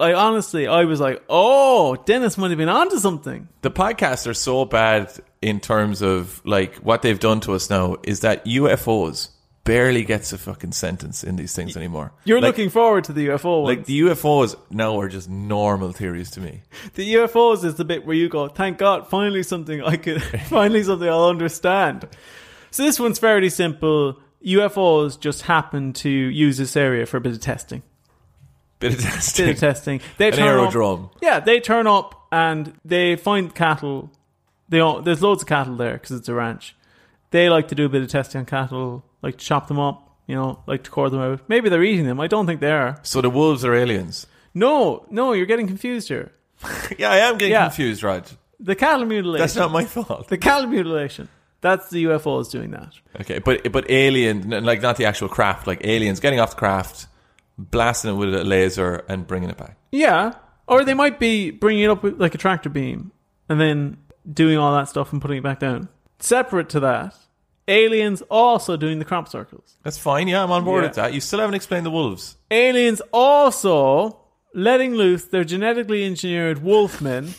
S1: I honestly, I was like, oh, Dennis might have been onto something.
S2: The podcasts are so bad in terms of like what they've done to us now is that UFOs barely gets a fucking sentence in these things anymore.
S1: You're
S2: Like,
S1: looking forward to the UFO.
S2: Like
S1: ones.
S2: the UFOs now are just normal theories to me.
S1: The UFOs is the bit where you go, thank God, finally something I could, finally something I'll understand. So this one's fairly simple. UFOs just happen to use this area for a bit of testing.
S2: Bit of testing.
S1: Bit of testing. They
S2: An
S1: turn up-
S2: aerodrome.
S1: yeah, they turn up and they find cattle. They all, there's loads of cattle there because it's a ranch. They like to do a bit of testing on cattle, like to chop them up, you know, like to core them out. Maybe they're eating them. I don't think they are.
S2: So the wolves are aliens.
S1: No, no, you're getting confused here.
S2: Yeah, I am getting
S1: Yeah.
S2: confused, Raj.
S1: The cattle mutilation.
S2: That's not my fault.
S1: The cattle mutilation. That's the UFOs doing that.
S2: Okay, but but alien, n- like not the actual craft, like aliens getting off the craft, blasting it with a laser and bringing it back.
S1: Yeah. Or they might be bringing it up with like a tractor beam and then doing all that stuff and putting it back down. Separate to that, aliens also doing the crop circles.
S2: That's fine. Yeah, I'm on board
S1: Yeah.
S2: with that. You still haven't explained the wolves.
S1: Aliens also letting loose their genetically engineered wolfmen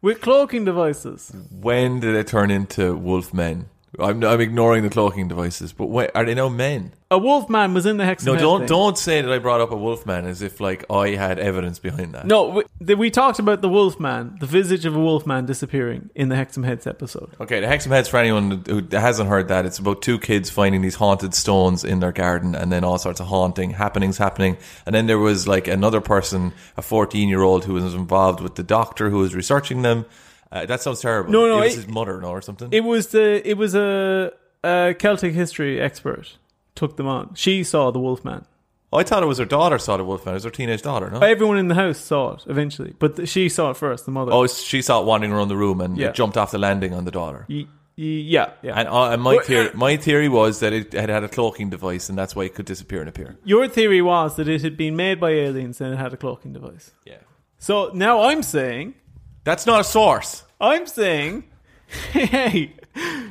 S1: with cloaking devices.
S2: When did they turn into wolf men? I'm I'm ignoring the cloaking devices, but wait, are they now men?
S1: A wolfman was in the hexagon.
S2: No, don't don't say that I brought up a wolf man as if like I had evidence behind that.
S1: No, we, the, we talked about the wolfman, the visage of a wolfman disappearing in the Hexam Heads episode.
S2: Okay, the Hexam Heads, for anyone who hasn't heard that, it's about two kids finding these haunted stones in their garden and then all sorts of haunting happenings happening. And then there was like another person, a 14 year old, who was involved with the doctor who was researching them. Uh, that sounds terrible.
S1: No, no,
S2: It was
S1: it-
S2: his mother, no, or something.
S1: It was the it was a, a Celtic history expert took them on. She saw the Wolfman.
S2: Oh, I thought it was her daughter saw the wolfman. It was her teenage daughter, no?
S1: Everyone in the house saw it eventually, but th- she saw it first. The mother.
S2: oh, she saw it wandering around the room and
S1: Yeah.
S2: it jumped off the landing on the daughter.
S1: Y- y- yeah, yeah.
S2: And, uh, and my, theory, my theory was that it had had a cloaking device and that's why it could disappear and appear.
S1: Your theory was that it had been made by aliens and it had a cloaking device.
S2: Yeah.
S1: So now I'm saying,
S2: That's not a source.
S1: I'm saying, hey,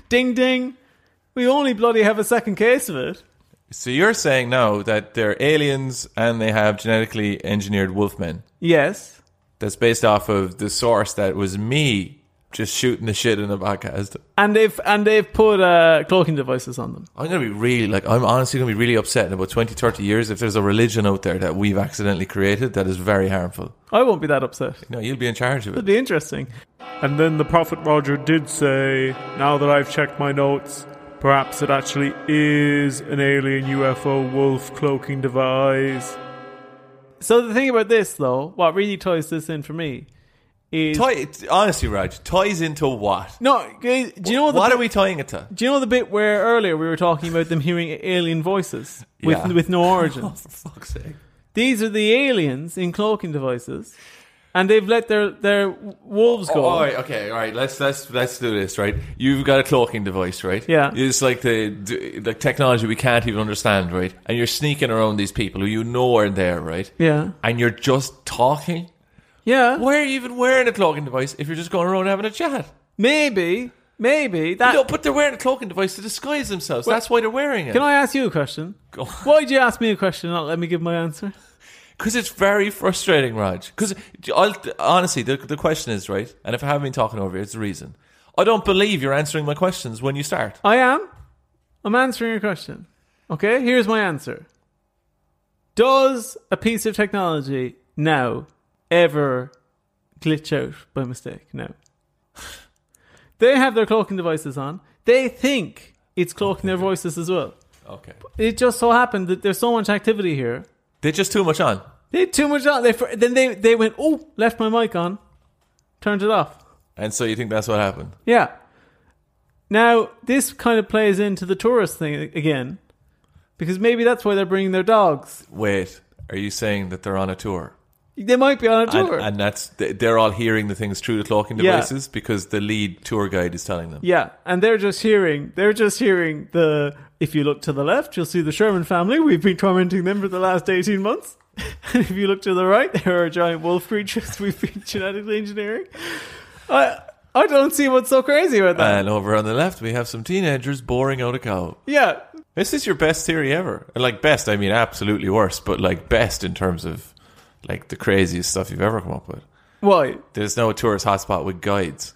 S1: ding ding, we only bloody have a second case of it.
S2: So you're saying now that they're aliens and they have genetically engineered wolfmen.
S1: Yes.
S2: That's based off of the source that was me just shooting the shit in the podcast.
S1: And they've and they've put uh, cloaking devices on them.
S2: I'm gonna be really like I'm honestly gonna be really upset in about 20, 30 years if there's a religion out there that we've accidentally created that is very harmful.
S1: I won't be that upset.
S2: No, you'll be in charge of
S1: That'd
S2: it.
S1: be interesting. And then the Prophet Roger did say, now that I've checked my notes, perhaps it actually is an alien UFO wolf cloaking device. So the thing about this, though, what really ties this in for me is.
S2: Tie, it- honestly, Raj, ties into what?
S1: no, guys, do you know the
S2: What
S1: bit,
S2: are we tying it to?
S1: do you know the bit where earlier we were talking about them hearing alien voices with
S2: Yeah.
S1: Oh, with no origin?
S2: For fuck's sake.
S1: These are the aliens in cloaking devices, and they've let their their wolves go.
S2: Oh, all right, okay, all right. Let's let's let's do this, right? You've got a cloaking device, right?
S1: Yeah.
S2: It's like the d- the technology we can't even understand, right? And you're sneaking around these people who you know are there, right?
S1: Yeah,
S2: And you're just talking.
S1: yeah.
S2: Why are you even wearing a cloaking device if you're just going around having a chat?
S1: Maybe, maybe that.
S2: No, but they're wearing a cloaking device to disguise themselves. That's why they're wearing it.
S1: Can I ask you a question?
S2: Go on.
S1: Why'd you ask me a question? and Not let me give my answer.
S2: Because it's very frustrating, Raj. Because honestly, the, the question is right, and if I haven't been talking over you, it's the reason. I don't believe you're answering my questions when you start.
S1: I am. I'm answering your question. Okay, here's my answer. Does a piece of technology now ever glitch out by mistake? No. they have their cloaking devices on. They think it's cloaking their voices as well.
S2: Okay.
S1: It just so happened that there's so much activity here.
S2: They're just too much on.
S1: They had too much on. They fr- then they they went. Oh, left my mic on, turned it off.
S2: And so you think that's what happened?
S1: Yeah. Now, this kind of plays into the tourist thing again, because maybe that's why they're bringing their dogs.
S2: Wait, are you saying that they're on a tour?
S1: They might be on a
S2: And,
S1: tour.
S2: and that's they- they're all hearing the things through the cloaking
S1: Yeah.
S2: devices because the lead tour guide is telling them.
S1: yeah, and they're just hearing, they're just hearing the, if you look to the left, you'll see the Sherman family. We've been tormenting them for the last 18 months. And if you look to the right, there are giant wolf creatures we've been genetically engineering. I, I don't see what's so crazy about that.
S2: And over on the left, we have some teenagers boring out a cow.
S1: yeah,
S2: This is your best theory ever. And like best, I mean absolutely worst, but like best in terms of like the craziest stuff you've ever come up with.
S1: why?
S2: There's no tourist hotspot with guides.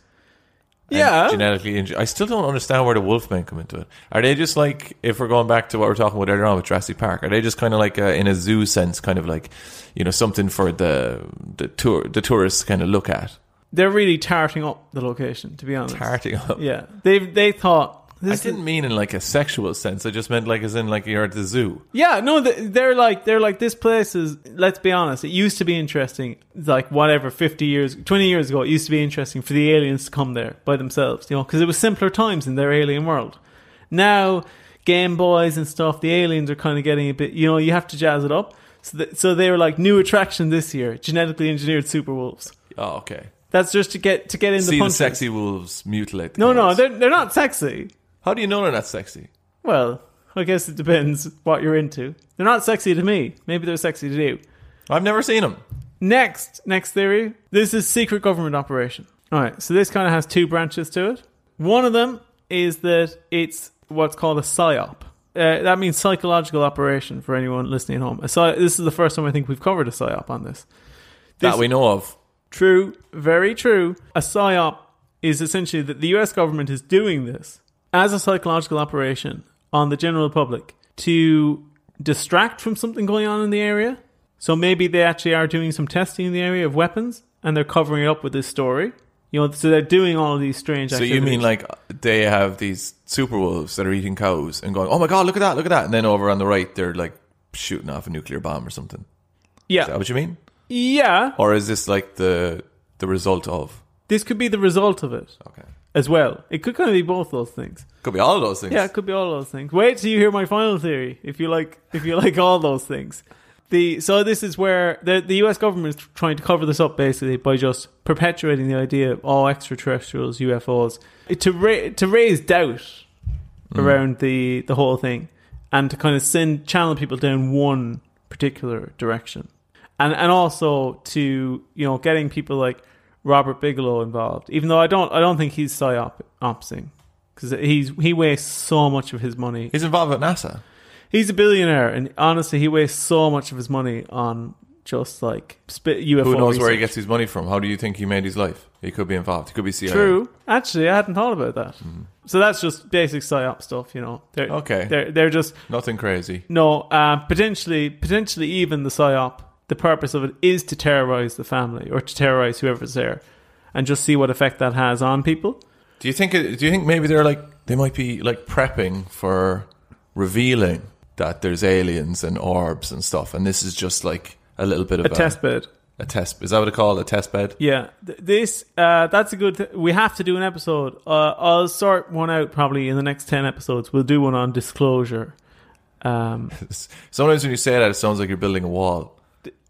S2: And
S1: Yeah.
S2: Genetically injured. I still don't understand where the wolfmen come into it. Are they just like, if we're going back to what we we're talking about earlier on with Jurassic Park, are they just kind of like uh in a zoo sense, kind of like, you know, something for the the tour the tourists kind of look at?
S1: they're really tarting up the location, to be honest.
S2: Parting up.
S1: Oh, Yeah, they they thought
S2: I
S1: this. is-
S2: didn't mean in like a sexual sense. I just meant like as in like you're at the zoo.
S1: yeah, no, they- they're like they're like this place is. Let's be honest, it used to be interesting. Like whatever, fifty years, twenty years ago, it used to be interesting for the aliens to come there by themselves, you know, because it was simpler times in their alien world. Now, Game Boys and stuff, the aliens are kind of getting a bit. You know, you have to jazz it up. So, th so they were like new attraction this year: genetically engineered super wolves.
S2: Oh, okay.
S1: That's just to get to get in
S2: See
S1: the
S2: the
S1: punches.
S2: sexy wolves mutilate. The
S1: No, no, Oh,
S2: cows.
S1: they're they're not sexy.
S2: How do you know they're not sexy?
S1: Well, I guess it depends what you're into. They're not sexy to me. Maybe they're sexy to you.
S2: I've never seen them.
S1: Next, next theory. This is secret government operation. All right, so this kind of has two branches to it. One of them is that it's what's called a psyop. Uh, that means psychological operation for anyone listening at home. A psy- this is the first time I think we've covered a psyop on this.
S2: That we know of.
S1: True, very true. A psyop is essentially that the US government is doing this as a psychological operation on the general public to distract from something going on in the area. So maybe they actually are doing some testing in the area of weapons and they're covering it up with this story. You know, so they're doing all of these strange
S2: So you
S1: activities.
S2: mean like they have these super wolves that are eating cows and going, oh my god, look at that, look at that, and then over on the right they're like shooting off a nuclear bomb or something. Is that
S1: Yeah.
S2: what you mean?
S1: Yeah.
S2: Or is this like the the result of?
S1: This could be the result of it
S2: Okay,
S1: as well. It could kind of be both those things.
S2: could be all of those things.
S1: Yeah, it could be all those things. Wait till you hear my final theory. If you like, if you like all those things, the so this is where the the U.S. government is trying to cover this up basically by just perpetuating the idea of all extraterrestrials, UFOs, to ra- to raise doubt around the the whole thing, and to kind of send channel people down one particular direction, and and also to you know getting people like Robert Bigelow involved. Even though I don't I don't think he's psyop opsing because he's he wastes so much of his money.
S2: He's involved with NASA.
S1: He's a billionaire, and honestly, he wastes so much of his money on just like spit UFO.
S2: Who knows where he
S1: research.
S2: gets his money from? How do you think he made his life? He could be involved. He could be CIA.
S1: True. Actually, I hadn't thought about that. So that's just basic psyop stuff, you know. They're,
S2: Mm-hmm. Okay.
S1: They're they're just
S2: Nothing crazy.
S1: no uh, potentially potentially even the psyop. The purpose of it is to terrorize the family or to terrorize whoever's there, and just see what effect that has on people.
S2: Do you think? it- Do you think maybe they're like they might be like prepping for revealing that there's aliens and orbs and stuff, and this is just like a little bit of
S1: A test bed.
S2: A test. Is that what it's called? A test bed.
S1: Yeah, th- this uh, that's a good. Th- we have to do an episode. Uh, I'll sort one out probably in the next ten episodes. We'll do one on disclosure. Um,
S2: Sometimes when you say that, it sounds like you're building a wall.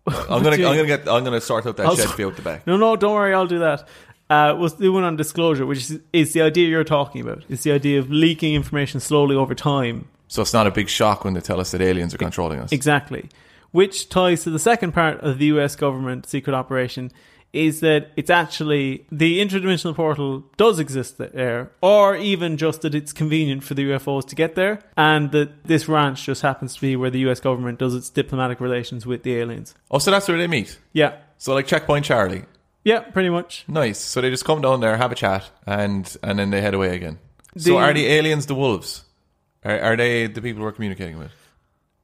S2: I'm gonna, I'm gonna get, I'm gonna sort out that
S1: I'll
S2: shed
S1: sor-
S2: for you out the back.
S1: No, no, don't worry, I'll do that. Uh, was the one on disclosure, which is, is the idea you're talking about. It's the idea of leaking information slowly over time.
S2: So it's not a big shock when they tell us that aliens are controlling us.
S1: Exactly. Which ties to the second part of the US government secret operation is that it's actually the interdimensional portal does exist there, or even just that it's convenient for the UFOs to get there, and that this ranch just happens to be where the US government does its diplomatic relations with the aliens.
S2: Oh, so that's where they meet.
S1: Yeah.
S2: So like Checkpoint Charlie.
S1: Yeah, pretty much.
S2: Nice. So they just come down there, have a chat, and and then they head away again.
S1: The-
S2: so are the aliens the wolves? Are, are they the people we're communicating with?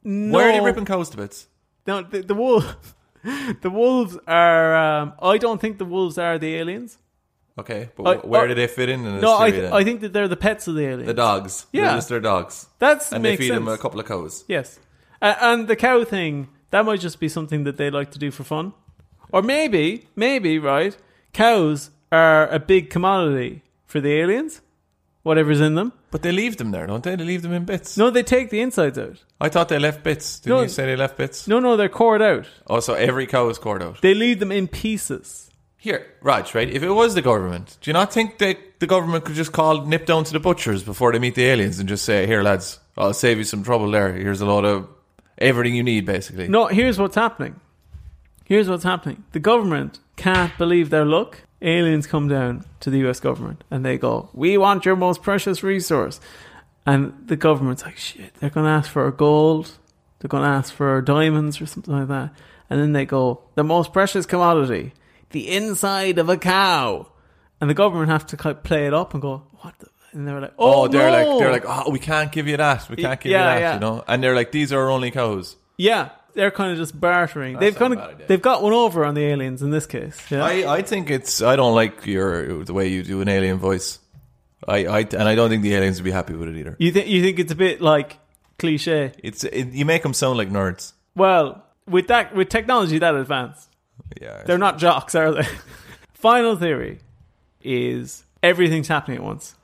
S2: Why are they
S1: No.
S2: ripping cows to bits?
S1: No, the, the wolves. The wolves are. Um, I don't think the wolves are the aliens.
S2: Okay, but
S1: I-
S2: wh- where
S1: I-
S2: do they fit in? in this
S1: No, I,
S2: theory
S1: th-
S2: then?
S1: I think that they're the pets of the aliens.
S2: the dogs.
S1: Yeah.
S2: they're just their dogs.
S1: That's
S2: and they
S1: makes
S2: feed them
S1: sense.
S2: a couple of cows.
S1: Yes, uh, and the cow thing that might just be something that they like to do for fun, or maybe, maybe right, cows are a big commodity for the aliens, whatever's in them.
S2: But they leave them there, don't they? They leave them in bits.
S1: No, they take the insides out.
S2: I thought they left bits. Didn't
S1: No.
S2: you say they left bits?
S1: No, no, they're cored out.
S2: Oh, so every cow is cored out.
S1: They leave them in pieces.
S2: Here, Raj, right? If it was the government, do you not think that the government could just call nip down to the butchers before they meet the aliens and just say, "Here, lads, I'll save you some trouble. There, here's a lot of everything you need, basically."
S1: No, here's what's happening. Here's what's happening. The government can't believe their luck. Aliens come down to the US government and they go, We want your most precious resource. And the government's like, Shit, they're going to ask for our gold. They're going to ask for our diamonds or something like that. And then they go, The most precious commodity, the inside of a cow. And the government have to kind of play it up and go, What the? And they're like, Oh,
S2: Oh, they're
S1: no."
S2: like they're like, oh, we can't give you that. We can't give
S1: Yeah,
S2: you that.
S1: yeah.
S2: You know, and they're like, these are our only cows.
S1: Yeah, they're kind of just bartering. they've
S2: not a
S1: kind
S2: bad idea.
S1: of they've got one over on the aliens in this case. Yeah.
S2: I, I think it's I don't like your the way you do an alien voice. I, I and I don't think the aliens would be happy with it either.
S1: You think you think it's a bit like cliche?
S2: It's it, you make them sound like nerds.
S1: Well, with that with technology that advanced,
S2: Yeah,
S1: they're not jocks, are they? Final theory is everything's happening at once.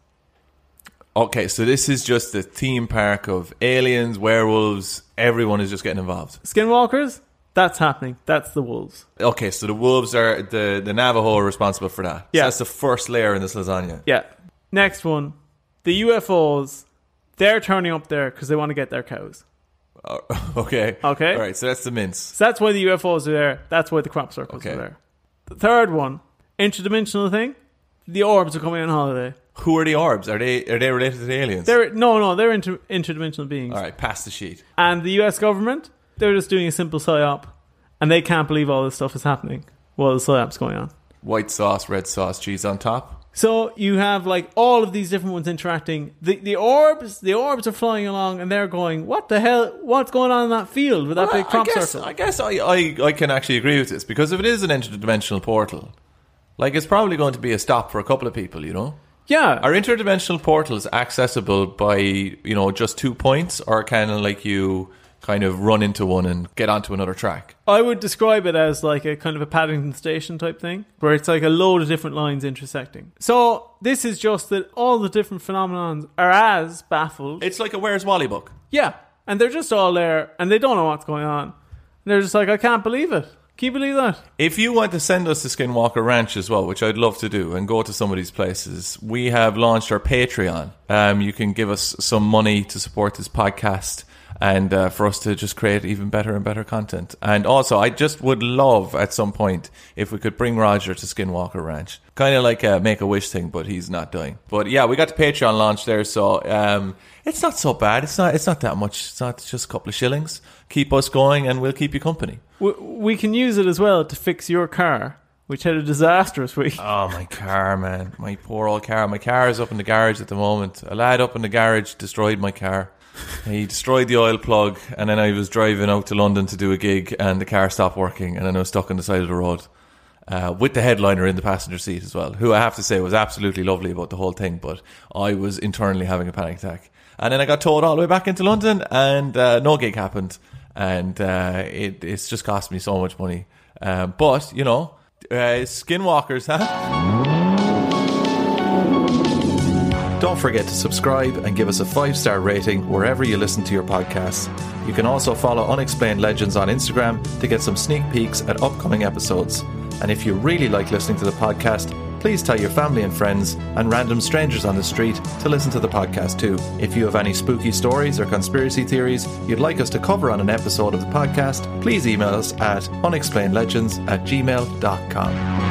S2: Okay, so this is just the theme park of aliens, werewolves, everyone is just getting involved.
S1: Skinwalkers, that's happening. That's the wolves.
S2: Okay, so the wolves are the, the Navajo are responsible for that. So
S1: Yeah.
S2: that's the first layer in this lasagna.
S1: Yeah. Next one, the UFOs. They're turning up there because they want to get their cows.
S2: Okay.
S1: Okay.
S2: All right, so that's the mince.
S1: So that's why the UFOs are there. That's why the crop circles
S2: Okay.
S1: are there. The third one, interdimensional thing. The orbs are coming on holiday.
S2: Who are the orbs? Are they are they related to the aliens?
S1: They're no, no. They're inter- interdimensional beings.
S2: All right, pass the sheet.
S1: And the US government, they're just doing a simple psyop and they can't believe all this stuff is happening while the psyop's going on.
S2: White sauce, red sauce, cheese on top.
S1: So you have like all of these different ones interacting. The the orbs, the orbs are flying along and they're going, What the hell what's going on in that field with that big
S2: I
S1: crop
S2: guess,
S1: circle?
S2: I, guess I, I, I can actually agree with this because if it is an interdimensional portal, like it's probably going to be a stop for a couple of people, you know?
S1: yeah.
S2: Are interdimensional portals accessible by you know just two points, or can like you kind of run into one and get onto another track?
S1: I would describe it as like a kind of a Paddington Station type thing, where it's like a load of different lines intersecting. So this is just that all the different phenomenons are as baffled
S2: It's like a Where's Wally book.
S1: Yeah. And they're just all there and they don't know what's going on. And they're just like, I can't believe it. Can you believe that?
S2: If you want to send us to Skinwalker Ranch as well, which I'd love to do, and go to some of these places, we have launched our Patreon. Um, you can give us some money to support this podcast and uh, for us to just create even better and better content. And also, I just would love at some point if we could bring Roger to Skinwalker Ranch. Kind of like a make a wish thing, but he's not dying. But yeah, we got the Patreon launch there, so um, it's not so bad. It's not. It's not that much. It's not it's just a couple of shillings. Keep us going, and we'll keep you company.
S1: We, we can use it as well to fix your car, which had a disastrous week.
S2: Oh, my car, man. My poor old car. My car is up in the garage at the moment. A lad up in the garage destroyed my car. He destroyed the oil plug, and then I was driving out to London to do a gig, and the car stopped working, and then I was stuck on the side of the road. Uh, with the headliner in the passenger seat as well, who I have to say was absolutely lovely about the whole thing, but I was internally having a panic attack. And then I got towed all the way back into London, and uh, no gig happened, and uh, it, it's just cost me so much money. Uh, but you know, uh, skinwalkers, huh? Don't forget to subscribe and give us a five star rating wherever you listen to your podcasts. You can also follow Unexplained Legends on Instagram to get some sneak peeks at upcoming episodes. And if you really like listening to the podcast, please tell your family and friends and random strangers on the street to listen to the podcast too. If you have any spooky stories or conspiracy theories you'd like us to cover on an episode of the podcast, please email us at unexplainedlegends at gmail.com.